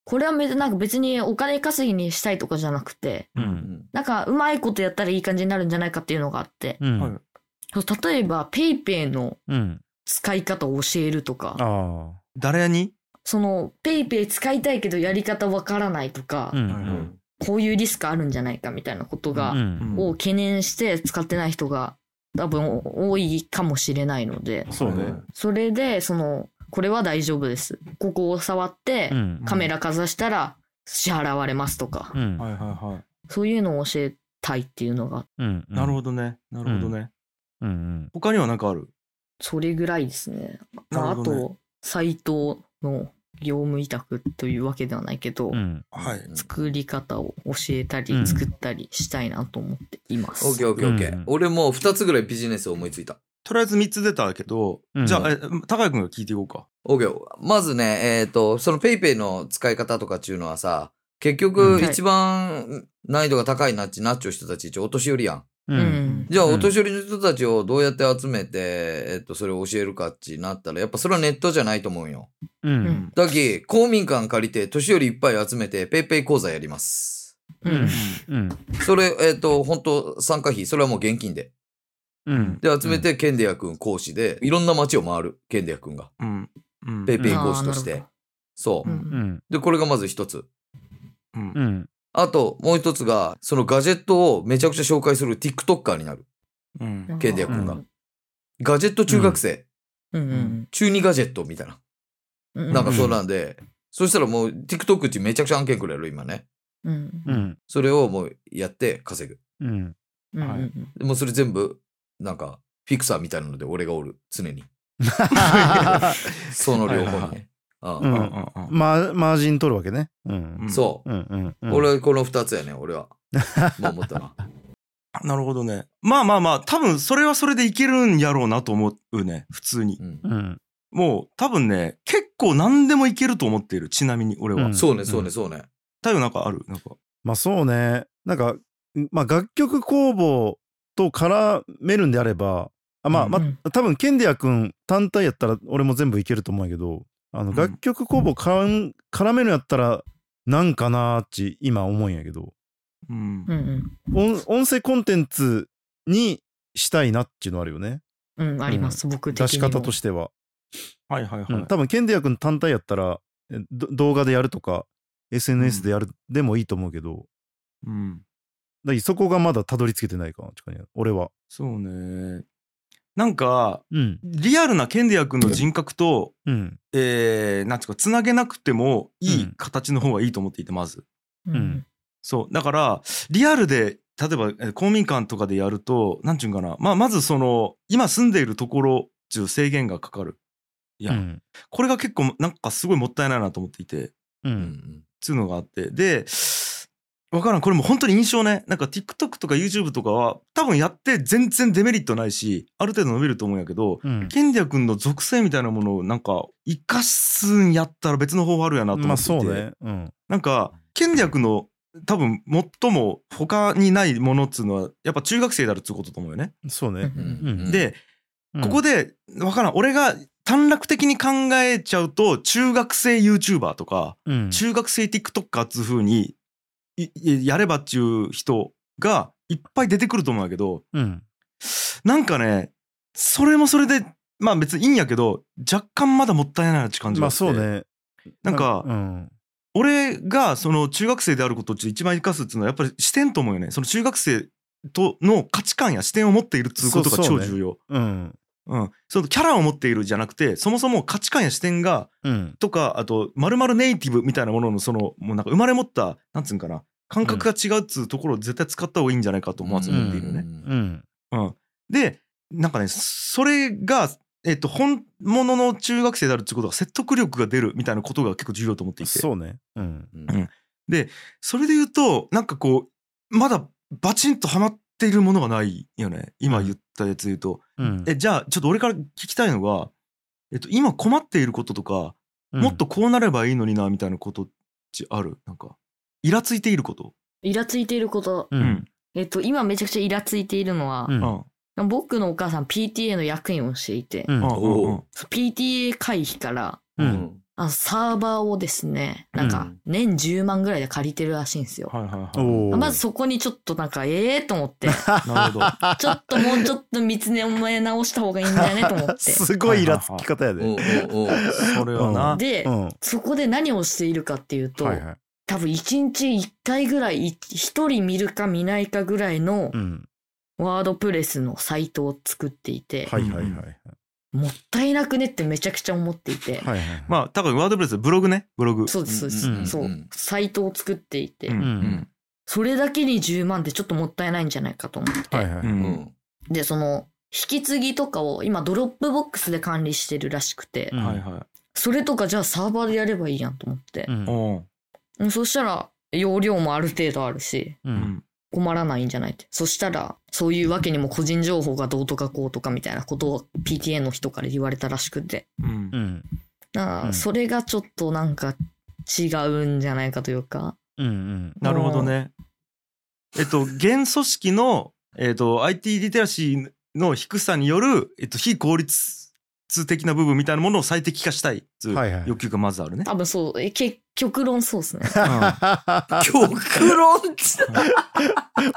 Speaker 4: これは別なんか別にお金稼ぎにしたいとかじゃなくて
Speaker 2: う
Speaker 3: うんん
Speaker 4: なんかうまいことやったらいい感じになるんじゃないかっていうのがあって、
Speaker 2: うん
Speaker 1: はい
Speaker 4: そう例えば PayPay ペイペイの
Speaker 2: うん
Speaker 4: 使い方を教えるとか
Speaker 2: ああ
Speaker 1: い、誰に
Speaker 4: その PayPay ペイペイ使いたいけどやり方わからないとか、
Speaker 2: うん
Speaker 1: は
Speaker 3: う
Speaker 1: い
Speaker 3: ん
Speaker 1: はい
Speaker 4: こういうリスクあるんじゃないかみたいなこと
Speaker 2: う
Speaker 4: が、
Speaker 2: ん
Speaker 1: うん
Speaker 4: を懸念して使ってない人が多分多いかもしれないので
Speaker 2: そうね
Speaker 4: それでそのこれは大丈夫ですここを触って
Speaker 2: うん
Speaker 4: カメラかざしたら支払われますとか、
Speaker 2: うん
Speaker 1: はいはいは
Speaker 4: そういうのを教えたいっていうのが
Speaker 2: うん
Speaker 1: いなるほどねなるほどね、
Speaker 2: うんうん
Speaker 1: 他には何かある
Speaker 4: それぐらいですね。ま
Speaker 1: な
Speaker 4: あ、
Speaker 1: る
Speaker 4: あ
Speaker 1: ほどね
Speaker 4: とサイトの業務委託というわけではないけど、
Speaker 2: うん
Speaker 1: はい
Speaker 3: うん
Speaker 4: 作り方を教えた
Speaker 2: う
Speaker 4: り
Speaker 2: ん
Speaker 4: 作ったりしたいなと思っています。
Speaker 3: オッケーオッケーオッケ
Speaker 2: うんう
Speaker 3: ー
Speaker 2: ん。
Speaker 3: 俺もう2つぐらいビジネス思いついた。
Speaker 1: とりあえず3つ出たけど、
Speaker 2: うん
Speaker 1: じゃあえ高谷君が聞いていこうか
Speaker 3: オッケー。まずね、えっ、と、その PayPay ペイペイの使い方とかっていうのはさ、結
Speaker 1: う
Speaker 3: 局
Speaker 4: んはい
Speaker 3: 一番難易度が高いなっちなっちゅう人たち一応お年寄りやん。
Speaker 2: う
Speaker 4: うんん、
Speaker 3: じゃあ
Speaker 2: うん
Speaker 3: お年寄りの人たちをどうやって集めて、えっと、それを教えるかっちなったら、やっぱそれはネットじゃないと思うんよ。
Speaker 2: う
Speaker 4: うんん
Speaker 3: だき、公民館借りて年寄りいっぱい集めて PayPay ペイペイ講座やります。
Speaker 4: う
Speaker 2: うん
Speaker 4: ん
Speaker 2: うん
Speaker 3: それ、えっ、と、本当参加費、それはもう現金で。
Speaker 2: うん
Speaker 3: で、集めて、ケンデヤ君講師で、いろんな街を回る、ケンデヤ君が。
Speaker 1: うんうん
Speaker 3: ペイペイ
Speaker 4: あー
Speaker 3: 講師とし
Speaker 4: な
Speaker 3: て
Speaker 4: るほ。
Speaker 3: そうう。
Speaker 2: うんん
Speaker 3: で、これがまず一つ。
Speaker 1: うん
Speaker 2: うん
Speaker 3: あと、もう一つが、そのガジェットをめちゃくちゃ紹介する TikToker になる。
Speaker 1: うん
Speaker 3: ケンデヤ君が
Speaker 4: うん
Speaker 3: ガジェット中学生、
Speaker 4: うん
Speaker 3: 中二ガジェットみたいな。
Speaker 4: うん、
Speaker 3: なんかそうなんで、そしたらもう TikTok うちめちゃくちゃ案件くれる、今ね。
Speaker 4: うん
Speaker 2: う
Speaker 4: うん
Speaker 2: ん
Speaker 3: それをもうやって稼ぐ。
Speaker 2: うん
Speaker 4: うんうん
Speaker 1: はい
Speaker 3: でもうそれ全部、なんか、フィクサーみたいなので俺がおる、常に。その
Speaker 1: は
Speaker 3: 両
Speaker 1: いは
Speaker 3: 方
Speaker 1: いは
Speaker 3: に
Speaker 1: い
Speaker 3: ね。あ
Speaker 1: う
Speaker 2: うんん
Speaker 1: うんうん
Speaker 2: ママージン取るわけねうん
Speaker 1: うん
Speaker 3: そう。
Speaker 2: うんうんうん
Speaker 3: 俺この二つやね俺はまあ思ったな
Speaker 1: なるほどねまあまあまあ多分それはそれでいけるんやろうなと思うね普通に
Speaker 3: うん
Speaker 2: うん
Speaker 1: もう多分ね結構何でもいけると思っているちなみに俺は、
Speaker 2: うん
Speaker 3: そうねそうねそうね
Speaker 1: 太陽なんかあるなんか
Speaker 2: まあそうねなんか、まあ、楽曲工房と絡めるんであればあまあ、
Speaker 1: うん
Speaker 2: ま
Speaker 4: うん
Speaker 2: あ多分ケンデヤ君単体やったら俺も全部いけると思うんやけどあの
Speaker 1: うん
Speaker 2: 楽曲工房絡,、ん、絡めるんやったらなんかなーっち今思うんやけど
Speaker 1: うん
Speaker 4: うんうん
Speaker 2: 音音声コンテンツにしたいなっちいうのあるよね
Speaker 4: うんあります、僕的
Speaker 2: 出し
Speaker 4: にも
Speaker 2: 方としては、
Speaker 1: はいはいはい、
Speaker 2: うん多分ケンデヤ君単体やったらえど動画でやるとか SNS でやるでもいいと思うけど、
Speaker 1: うん
Speaker 2: だからそこがまだたどり着けてないかなって感じ俺は
Speaker 1: そうねなんか
Speaker 2: うん
Speaker 1: リアルなケンディア君の人格と
Speaker 2: うん
Speaker 1: えー、なんつうかつなげなくてもい
Speaker 2: うん
Speaker 1: い形の方がいいと思っていてまず
Speaker 4: うんうん
Speaker 1: そうだからリアルで例えばえー公民館とかでやるとなんちゅうんかな、まあ、まずその今住んでいるところっちゅう制限がかかるいや、
Speaker 2: うん
Speaker 1: これが結構なんかすごいもったいないなと思っていて
Speaker 2: う
Speaker 3: うんん
Speaker 1: つうのがあってで分からんこれも本当に印象ねなんか TikTok とか YouTube とかは多分やって全然デメリットないしある程度伸びると思うんやけど
Speaker 2: うん
Speaker 1: 賢者君の属性みたいなものをなんか生かすんやったら別の方法あるやなと思
Speaker 2: ま
Speaker 1: っ
Speaker 2: あ
Speaker 1: ていて、
Speaker 2: そうねうん
Speaker 1: なんか賢者君の多分最も他にないものっつうのはやっぱ中学生であるっつうことと思うよね。
Speaker 2: そう
Speaker 4: う
Speaker 2: ね、
Speaker 3: うんんうん
Speaker 1: で、ここ
Speaker 2: で
Speaker 1: でわからん俺が短絡的に考えちゃうと中学生 YouTuber とか中学生 TikToker っつう風にいいやればっちゅう人がいっぱい出てくると思うんやけど
Speaker 2: うん
Speaker 1: なんかねそれもそれでまあ別にいいんやけど若干まだもったいないなって感じがあ
Speaker 2: まあ
Speaker 1: って、
Speaker 2: そうね
Speaker 1: なんか
Speaker 2: うん
Speaker 1: 俺がその中学生であることって一番生かすっていうのはやっぱり視点と思うよねその中学生との価値観や視点を持っているっていうことが
Speaker 2: そうそ
Speaker 1: 超
Speaker 2: うね
Speaker 1: 重要
Speaker 2: うん
Speaker 1: うん、そのキャラを持っているじゃなくてそもそも価値観や視点が
Speaker 2: うん
Speaker 1: とかあとまるネイティブみたいなもののそのもうなんか生まれ持ったなんつうんかな感覚が違うっつうところを絶対使った方がいいんじゃないかと思わず思っているね。
Speaker 2: うん
Speaker 1: うんでなんかねそれが、えっと、本物の中学生であるっていうことが説得力が出るみたいなことが結構重要と思っていて
Speaker 2: そうね。うん。
Speaker 3: うん
Speaker 1: んそれで言うとなんかこうまだバチンとハマっているものがないよね今言ったやつで言うと、
Speaker 2: うん、
Speaker 1: えじゃあちょっと俺から聞きたいのが、えっと、今困っていることとか、もっとこうなればいいのになみたいなことってあるなんかイラついていること
Speaker 4: イラついていること、
Speaker 2: うん、うん。
Speaker 4: えっと、今めちゃくちゃイラついているのは、
Speaker 2: うん。
Speaker 1: うん
Speaker 4: 僕のお母さん PTA の役員をしていて、
Speaker 2: うん
Speaker 1: うんうんうん
Speaker 4: その PTA 会費から、
Speaker 2: う
Speaker 3: うんん
Speaker 4: あサーバーをですね、なん
Speaker 3: う
Speaker 4: か
Speaker 3: ん
Speaker 4: 年10万ぐらいで借りてるらしいんですよ。
Speaker 1: はいはいはい
Speaker 2: おー
Speaker 4: まずそこにちょっとなんか、ええー、と思って、 *laughs*
Speaker 1: なるほど
Speaker 4: ちょっともうちょっと見つめ直した方がいいんだよねと思っ
Speaker 2: *laughs*
Speaker 4: て。
Speaker 2: すごいイラつき方やで。
Speaker 3: うんうんうん、
Speaker 1: それはな、
Speaker 4: で、
Speaker 2: うん。は
Speaker 4: そこで何をしているかっていう
Speaker 2: い
Speaker 4: と、
Speaker 2: はい。
Speaker 4: 多分一日一回ぐらい、い一人見るか見ないかぐらいの
Speaker 2: うん。
Speaker 4: ワードプレスのサイトを作っていて、
Speaker 2: はいはいはいはい。
Speaker 4: もったいなくねってめちゃくちゃ思っていて、
Speaker 2: はいはい。
Speaker 1: まあ多分ワードプレスブログねブログ
Speaker 4: そうです、そうです、
Speaker 2: うん
Speaker 4: そううんサイトを作っていて、
Speaker 1: うんうん
Speaker 4: それだけに10万ってちょっともったいないんじゃないかと思って、
Speaker 2: はいは
Speaker 1: う
Speaker 2: い。
Speaker 1: ん
Speaker 3: うん
Speaker 4: で、その、引き継ぎとかを今ドロップボックスで管理してるらしくて、
Speaker 2: うん
Speaker 1: はいは
Speaker 4: それとかじゃあサーバーでやればいいやんと思って
Speaker 2: う、
Speaker 1: い。
Speaker 2: ん
Speaker 1: お
Speaker 4: うんそしたら容量もある程度あるし、
Speaker 2: う。
Speaker 1: うんん
Speaker 4: 困らないんじゃないって。そしたら、そういうわけにも個人情報がどうとかこうとかみたいなことを PTA の人から言われたらしくて。
Speaker 1: うん
Speaker 2: うん。
Speaker 4: だから
Speaker 2: うん
Speaker 4: それがちょっとなんか違うんじゃないかというか。
Speaker 2: うん。
Speaker 1: なるほどね。えっと現組織のえっと IT リテラシーの低さによるえっと非効率的な部分みたいなものを最適化したいとい
Speaker 2: はいうはい *laughs*
Speaker 1: 欲求がまずあるね。
Speaker 4: 多分そう、え結局論そうですね。
Speaker 3: 極論つ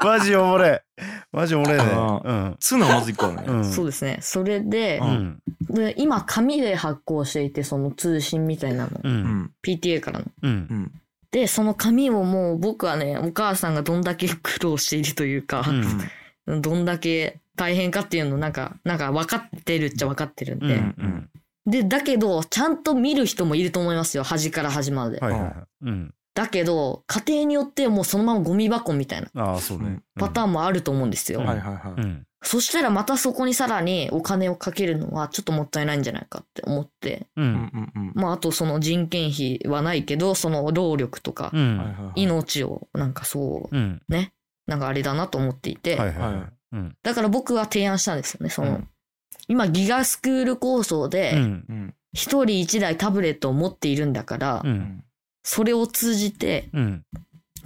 Speaker 2: マジおもれマジおもれね。
Speaker 1: あ
Speaker 2: うん。
Speaker 1: つうのはまず一個だ
Speaker 2: う
Speaker 1: ね。
Speaker 2: ん。
Speaker 4: そうですね。それで
Speaker 2: う、ん。
Speaker 4: で今紙で発行していて、その通信みたいなの。
Speaker 2: う。
Speaker 1: うんん
Speaker 4: PTA からの。
Speaker 2: うん
Speaker 1: う。ん
Speaker 4: で、その紙をもう僕はね、お母さんがどんだけ苦労しているというか、
Speaker 2: うん
Speaker 4: どんだけ大変かっていうのなんか、なんか分かってるっちゃ分かってるん
Speaker 2: う
Speaker 4: で。
Speaker 2: ん。
Speaker 4: で、だけど、ちゃんと見る人もいると思いますよ。端から端まで。
Speaker 2: はいはいはい。うん。
Speaker 4: だけど、家庭によってもうそのままゴミ箱みたいな
Speaker 2: ああ、そうね。
Speaker 4: パター
Speaker 2: ン。
Speaker 4: ンもあると思うんですよ。
Speaker 1: はいはいは
Speaker 2: う
Speaker 1: い。
Speaker 2: ん。
Speaker 4: そしたらまたそこにさらにお金をかけるのはちょっともったいないんじゃないかって思って。
Speaker 2: う。
Speaker 1: うんんうん
Speaker 4: まあ、あとその人件費はないけど、その労力とか
Speaker 2: う、。
Speaker 1: うんん。は
Speaker 2: はい
Speaker 1: はいはい
Speaker 4: 命をなんかそう、
Speaker 2: うん。
Speaker 4: なんかあれだなと思っていて。
Speaker 2: はいはい。うん。
Speaker 4: だから僕は提案したんですよね。その、
Speaker 1: うん
Speaker 4: 今ギガスクール構想
Speaker 2: う
Speaker 4: で、
Speaker 2: ん。
Speaker 1: うん
Speaker 4: 一人一台タブレットを持っているんだから、
Speaker 2: うん。
Speaker 4: それを通じて、
Speaker 2: うん。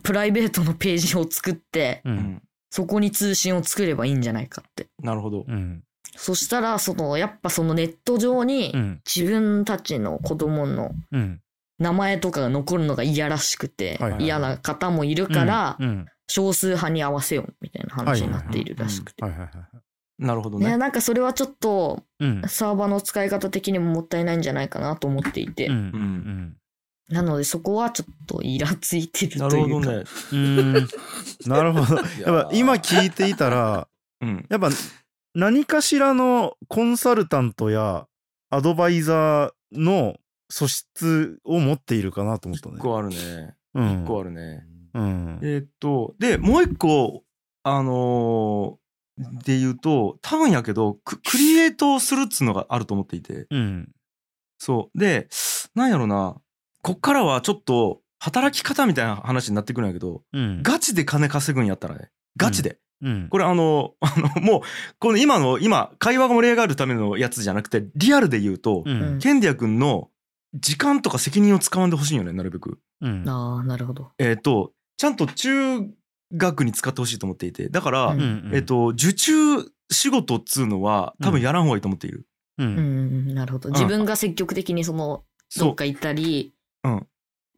Speaker 4: プライベートのページを作って、
Speaker 2: う。
Speaker 1: うんん
Speaker 4: そこに通信を作ればいいんじゃないかって。
Speaker 1: なるほど
Speaker 2: う。ん。
Speaker 4: そしたら、その、やっぱそのネット上に
Speaker 2: う、ん。
Speaker 4: 自分たちの子供の
Speaker 2: うん。
Speaker 4: 名前とかが残るのが嫌らしく
Speaker 2: はい
Speaker 4: て、
Speaker 2: はいはい
Speaker 4: 嫌な方もいるから、
Speaker 2: うん。
Speaker 4: 少数派に合わせようみたいな話になっているらしくて。
Speaker 2: はいはいはい。
Speaker 1: なるほど
Speaker 4: ね、
Speaker 1: ね。
Speaker 4: なんかそれはちょっと
Speaker 2: うん。
Speaker 4: サーバーの使い方的にももったいないんじゃないかなと思っていて、
Speaker 2: うん
Speaker 1: う。。
Speaker 2: うんん。
Speaker 4: なのでそこはちょっとイラついてる
Speaker 1: な
Speaker 4: と
Speaker 1: る
Speaker 4: い
Speaker 1: ほ
Speaker 4: う
Speaker 1: ど
Speaker 4: か、
Speaker 1: ね。
Speaker 2: うん。なるほど。やっぱ今聞いていたら、
Speaker 1: うん。
Speaker 2: やっぱ何かしらのコンサルタントやアドバイザーの素質を持っているかなと思ったね。
Speaker 1: 一個あるね。
Speaker 2: うん
Speaker 1: 一個あるね。
Speaker 2: うん
Speaker 1: えーっとでもう一個あのーで言うと多分やけどククリエイトをするっつうのがあると思っていて
Speaker 2: うん
Speaker 1: そうでなんやろなこっからはちょっと働き方みたいな話になってくるんやけど
Speaker 2: うん
Speaker 1: ガチで金稼ぐんやったらねガチで、
Speaker 2: うん
Speaker 1: これあの *laughs* あのもうこの今の今会話が盛り上がるためのやつじゃなくてリアルで言うと、
Speaker 2: うん
Speaker 1: ケンディア君の時間とか責任を使わんでほしいんよねなるべく。
Speaker 2: うん
Speaker 4: ああなるほど
Speaker 1: えーっとちゃんと中学に使ってほしいと思っていてだから、
Speaker 4: うん
Speaker 1: えっと、受注仕事っつうのは多分やらん方がいいと思っている。
Speaker 2: う
Speaker 4: うんんなるほど
Speaker 1: うん
Speaker 4: 自分が積極的にその
Speaker 1: そ
Speaker 4: ど
Speaker 1: う
Speaker 4: っか行ったり、
Speaker 1: うん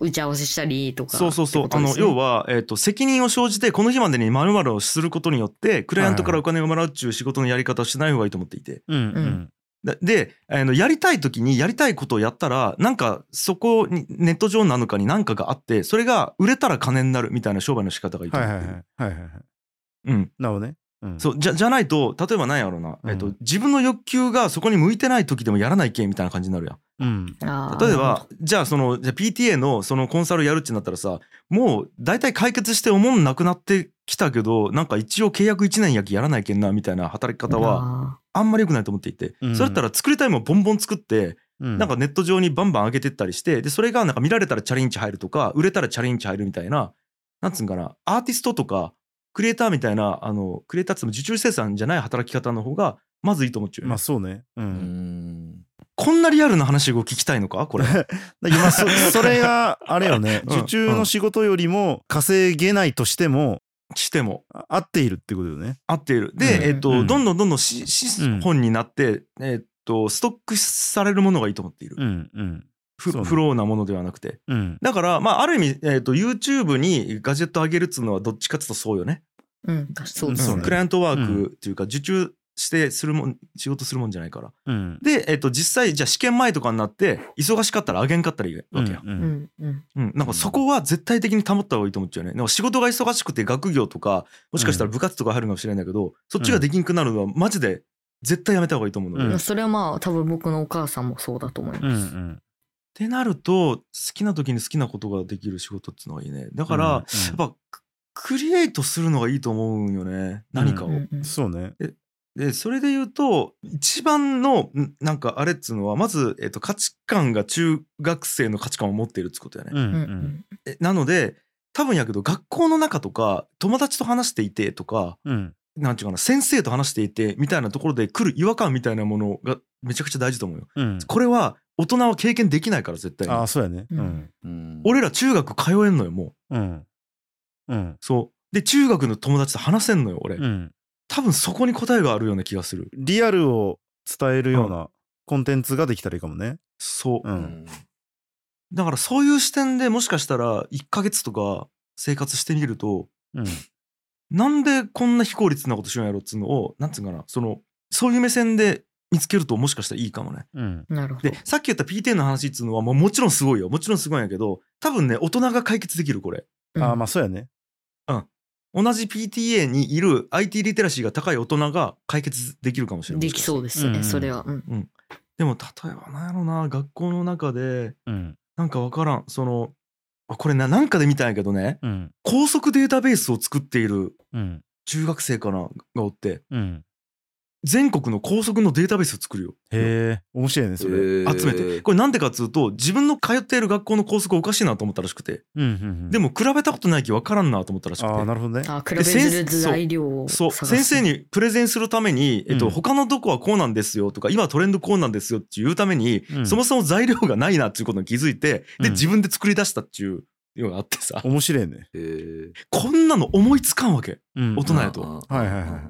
Speaker 4: 打ち合わせしたりとか
Speaker 1: そうそうそう、
Speaker 4: って
Speaker 1: あ
Speaker 4: こと
Speaker 1: の
Speaker 4: ですね
Speaker 1: 要は、えっと責任を生じてこの日までに丸々をすることによってクライアントからお金をもらうっちゅう仕事のやり方をしない方がいいと思っていて
Speaker 2: うんうん
Speaker 1: だであのやりたい時にやりたいことをやったらなんかそこにネット上なのかに何かがあってそれが売れたら金になるみたいな商売の仕方がいいと
Speaker 2: はい
Speaker 1: 思っ
Speaker 2: はい
Speaker 1: て
Speaker 2: はい
Speaker 1: る
Speaker 2: はいはいはい
Speaker 1: うん
Speaker 2: なるほどねうん
Speaker 1: そうじゃじゃないと例えば何やろうな、えっ
Speaker 2: う
Speaker 1: と
Speaker 2: ん
Speaker 1: 自分の欲求がそこに向いてない時でもやらないけみたいな感じになるやん。
Speaker 2: うん
Speaker 4: あー
Speaker 1: 例えばじゃあそのじゃあ PTA のそのコンサルやるってなったらさもう大体解決して思んなくなって来たけどなんか一応契約1年やきやらないけんなみたいな働き方は
Speaker 4: は
Speaker 1: あんまり良くないと思っていて、
Speaker 2: うん
Speaker 1: それだったら作りたいもんボンボン作って
Speaker 2: な
Speaker 1: なんかネット上にバンバン上げてったりしてでそれがなんか見られたらチャレンジ入るとか売れたらチャレンジ入るみたいななんつうんかなアーティストとかクリエイターみたいなあのクリエイターって言っても受注生産じゃない働き方の方がまずいいと思っちゃうよね、
Speaker 2: まあそうね。う。
Speaker 3: うんん。
Speaker 1: こんなリアルな話を聞きたいのかこれ
Speaker 2: *laughs* だから
Speaker 1: *laughs*
Speaker 2: 今そそれがあれよね
Speaker 1: うん
Speaker 2: 受注の仕事よりも稼げないとしても
Speaker 1: しても
Speaker 2: あ合っているってことよね。
Speaker 1: 合っている
Speaker 4: うん
Speaker 1: で、えっと
Speaker 2: うん
Speaker 1: どんどんどんどんし資
Speaker 2: うん
Speaker 1: 本になって、えっとストックされるものがいいと思っている、
Speaker 2: うんうん
Speaker 1: ふ
Speaker 2: そうね
Speaker 1: フローなものではなくて
Speaker 2: うん。
Speaker 1: だからまあある意味、えっと YouTube にガジェット上げるっつうのはどっちかっつうとそうよね
Speaker 4: あうん、確かにそううんですね
Speaker 1: クライアントワークっていうか受注してするもん仕事するもんじゃないから
Speaker 2: うん。
Speaker 1: で、えっと実際じゃあ試験前とかになって忙しかったらあげんかったらいいわけよ、
Speaker 2: う
Speaker 4: うんんうん
Speaker 1: うんなんかそこは絶対的に保った方がいいと思っちゃうよねなんか仕事が忙しくて学業とかもしかしたら部活とか入るかもしれないんだけど、そっちができんくなるのはマジで絶対やめた方がいいと思うので、
Speaker 2: うん
Speaker 4: い
Speaker 1: っ
Speaker 4: やそれはまあ多分僕のお母さんもそうだと思い
Speaker 2: うんう
Speaker 4: ます、
Speaker 2: ん。
Speaker 1: てなると好きな時に好きなことができる仕事っていうのはいいねだから、
Speaker 2: うん
Speaker 1: やっぱククリエイトするのがいいと思うんよね何かを、
Speaker 4: うんうん
Speaker 2: そうね。
Speaker 1: でそれで言うと一番のんなんかあれっつうのはまず、えっと価値観が中学生の価値観を持っているっつうことやね、
Speaker 2: うんう
Speaker 4: うん
Speaker 2: ん
Speaker 1: えなので多分やけど学校の中とか友達と話していてとか
Speaker 2: うん
Speaker 1: なんていうかな先生と話していてみたいなところで来る違和感みたいなものがめちゃくちゃ大事と思うよ
Speaker 2: うん。
Speaker 1: これは大人は経験できないから絶対
Speaker 2: あ
Speaker 1: に
Speaker 2: あそうやね。うん
Speaker 3: うん
Speaker 1: 俺ら中学通えんのよもう
Speaker 2: うんうん
Speaker 1: そうで中学の友達と話せんのよ俺、
Speaker 2: うん。
Speaker 1: 多分そこに答えがあるような気がする
Speaker 2: リアルを伝えるようなコンテンツができたらいいかもね。
Speaker 1: そう
Speaker 2: う。
Speaker 3: うんん。
Speaker 1: だからそういう視点でもしかしたら1ヶ月とか生活してみると
Speaker 2: うん。
Speaker 1: なんでこんな非効率なことしようんやろっつうのをなんつうんかなそのそういう目線で見つけるともしかしたらいいかもね。
Speaker 2: うん。
Speaker 4: なるほど
Speaker 1: でさっき言った PT の話っつうのはもうもちろんすごいよもちろんすごいんやけど多分ね大人が解決できるこれ。
Speaker 4: うん
Speaker 2: ああまあそうやね。
Speaker 1: 同じ PTA にいる IT リテラシーが高い大人が解決できるかもしれない。
Speaker 4: できそう
Speaker 1: う。
Speaker 4: ですね、
Speaker 2: うん
Speaker 4: それは、うん、
Speaker 1: でも例えばなんやろな学校の中で
Speaker 2: うん
Speaker 1: なんかわからんそのあこれななんかで見たんやけどね
Speaker 2: うん
Speaker 1: 高速データベースを作っている
Speaker 2: うん
Speaker 1: 中学生かながおって
Speaker 2: うん。
Speaker 1: 全国の高速のデータベースを作るよ
Speaker 2: へえ面白いねそれ。うん
Speaker 1: 集めてこれなんでかっつうと自分の通っている学校の校則おかしいなと思ったらしくて
Speaker 2: うんうん。
Speaker 1: でも比べたことないき分からんなと思ったらしく
Speaker 2: ああ
Speaker 1: て
Speaker 2: なるほどね。
Speaker 4: あ比
Speaker 1: で
Speaker 4: べ
Speaker 1: 先
Speaker 4: ずる材料を
Speaker 1: そう
Speaker 4: 探
Speaker 1: 先
Speaker 4: す
Speaker 1: 生にプレゼンするために、えっ
Speaker 2: う
Speaker 1: と、
Speaker 2: ん
Speaker 1: 他のどこはこうなんですよとか今トレンドこうなんですよっていうために
Speaker 2: うん
Speaker 1: そもそも材料がないなっていうことに気づいて
Speaker 2: う
Speaker 1: で
Speaker 2: ん
Speaker 1: 自分で作り出したっていうのがあってさ
Speaker 2: 面白いね。
Speaker 3: へー
Speaker 1: こんなの思いつかんわけ
Speaker 2: うん
Speaker 1: 大人やと
Speaker 3: うんうん
Speaker 2: はいはいはい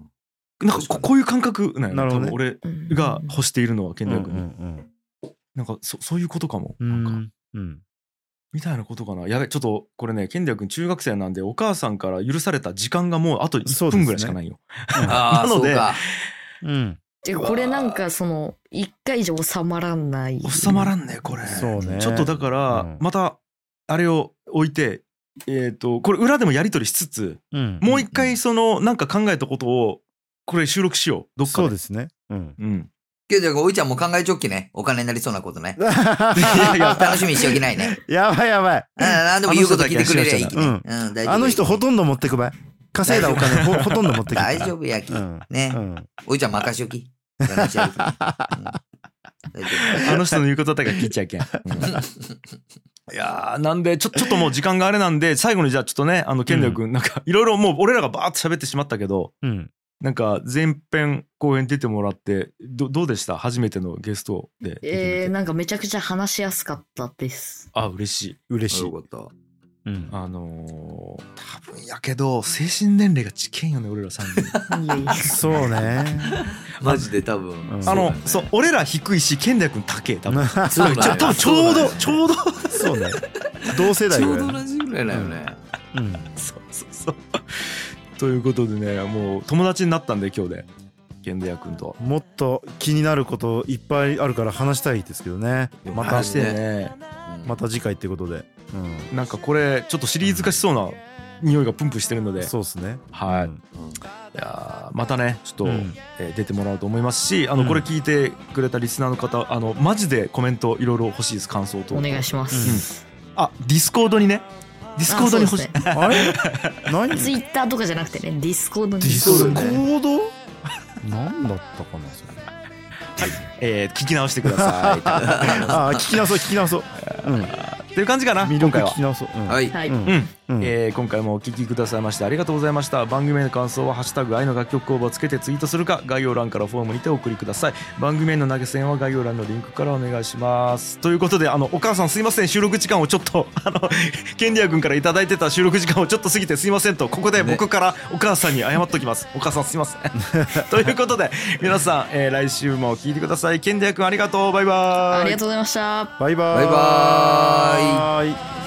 Speaker 1: なんかここういう感覚なんや
Speaker 2: なるほどね
Speaker 1: 多分俺
Speaker 4: うん
Speaker 1: が欲しているのは
Speaker 2: うん
Speaker 1: 健
Speaker 2: う
Speaker 1: 太
Speaker 2: ん
Speaker 1: 君、なんかそそういうことかも、
Speaker 2: う
Speaker 1: なんか
Speaker 2: んうん。
Speaker 1: みたいなことかなやべちょっとこれね健太君中学生なんでお母さんから許された時間がもうあと
Speaker 2: そ
Speaker 1: 1
Speaker 2: うですね
Speaker 1: 分ぐらいしかないよ、
Speaker 3: ああ、
Speaker 1: なので
Speaker 3: そうか
Speaker 2: うん。
Speaker 4: でこれなんかその一回じゃ収まらない
Speaker 1: 収まらんねこれ
Speaker 2: そうね
Speaker 1: ちょっとだから、
Speaker 2: うん
Speaker 1: またあれを置いてえっ、とこれ裏でもやり取りしつつ
Speaker 2: うん。
Speaker 1: もう一回そのなんか考えたことをこれ収録しようどっか
Speaker 2: そ
Speaker 1: で
Speaker 2: うですね。
Speaker 1: *laughs*
Speaker 2: うん。
Speaker 1: うん、
Speaker 3: けどじゃあ、おいちゃんも考えちょっきね。お金になりそうなこと
Speaker 2: *laughs*
Speaker 3: ね。
Speaker 1: やいや
Speaker 3: 楽しみにしておきないね。
Speaker 2: やばいやばい。
Speaker 3: うん何でも言うこと聞いてくれりゃいいきね。うん、大丈夫。
Speaker 2: あの人ほとんど持ってくばい。稼いだお金ほほとんど持ってく
Speaker 3: 大丈夫やき。
Speaker 2: うん。
Speaker 3: ね、
Speaker 2: うん。
Speaker 3: おいちゃん任しおき。任しおきうん大丈
Speaker 1: あの人の言うことだけ聞いちゃいけ
Speaker 2: *laughs*
Speaker 1: んいやーなんでちょちょっともう時間があれなんで最後にじゃあちょっとねあの健太君なんかいろいろもう俺らがバーッと喋ってしまったけど
Speaker 2: うん。
Speaker 1: なんか前編後編出てもらってどどうでした初めてのゲストで
Speaker 4: えー、なんかめちゃくちゃ話しやすかった
Speaker 1: *laughs*
Speaker 4: です
Speaker 1: あ嬉しい
Speaker 2: 嬉し
Speaker 3: 夫。
Speaker 2: い。
Speaker 3: よかっ
Speaker 2: うん。
Speaker 1: あのー、多分やけど精神年齢がちけんよね俺ら3人
Speaker 2: *laughs*
Speaker 4: いやいや
Speaker 2: そうね。
Speaker 3: た。マジで多分。
Speaker 2: うん
Speaker 1: あの
Speaker 3: そ
Speaker 1: そうう俺ら低いし健太君高え多分
Speaker 3: そうなん
Speaker 1: ち
Speaker 3: や
Speaker 1: ょ多分ちょうどちょうど
Speaker 2: そうね。 *laughs* 同世代
Speaker 3: ちょ
Speaker 2: ぐ
Speaker 3: う
Speaker 2: ら
Speaker 3: ど
Speaker 2: い
Speaker 3: 同
Speaker 2: ね。
Speaker 3: じぐらいだよね。
Speaker 2: うん。
Speaker 1: *laughs* そうそうそうということでねもう友達になったんで今日で健太君と
Speaker 2: もっと気になることいっぱいあるから話したいですけどね。また
Speaker 1: 話してね
Speaker 2: また次回ってことで。う
Speaker 1: なんかこれちょっとシリーズ化しそうな匂いがプンプンしてるので
Speaker 2: ん。そうですね。
Speaker 1: はい、
Speaker 2: う
Speaker 1: い
Speaker 2: ん
Speaker 1: やーまたねちょっと、
Speaker 2: うん
Speaker 1: えー出てもらうと思いますしあの、
Speaker 2: うん
Speaker 1: これ聞いてくれたリスナーの方あのマジでコメントいろいろ欲しいです感想と
Speaker 4: お願いします、
Speaker 1: あディスコードにねディスコードに
Speaker 4: あ
Speaker 1: 欲
Speaker 4: そうで
Speaker 1: し *laughs*
Speaker 4: す
Speaker 1: い
Speaker 4: ね
Speaker 2: あれ何デ
Speaker 4: ツイッターとかじゃなくてね、ディスコードに。
Speaker 2: ィス
Speaker 3: そう
Speaker 2: コ
Speaker 3: だよね
Speaker 2: ード何だったかなそれ
Speaker 1: えー聞き直してください
Speaker 2: あー聞き直そう聞き直そう、うん、
Speaker 1: っていう感じかな
Speaker 2: 魅
Speaker 1: 今
Speaker 2: 力
Speaker 1: 回は
Speaker 2: 聞き直そう、うん、
Speaker 3: はいい。
Speaker 4: はい。
Speaker 2: うん
Speaker 1: うん
Speaker 2: うん
Speaker 1: えー今回もお聞きくださいましてありがとうございました番組への感想は「ハッシュタグ愛の楽曲工房」つけてツイートするか概要欄からフォームにてお送りください番組への投げ銭は概要欄のリンクからお願いしますということであのお母さんすいません収録時間をちょっと *laughs* あのケンリア君から頂いただいてた収録時間をちょっと過ぎてすいませんとここで僕からお母さんに謝っときます、お母さんすいま
Speaker 2: *laughs*
Speaker 1: せんということで皆さん、えー来週も聞いてくださいケンリア君ありがとうバイバーイ
Speaker 4: ありがとうございました。
Speaker 2: バイバーイ
Speaker 3: バイバ
Speaker 2: イ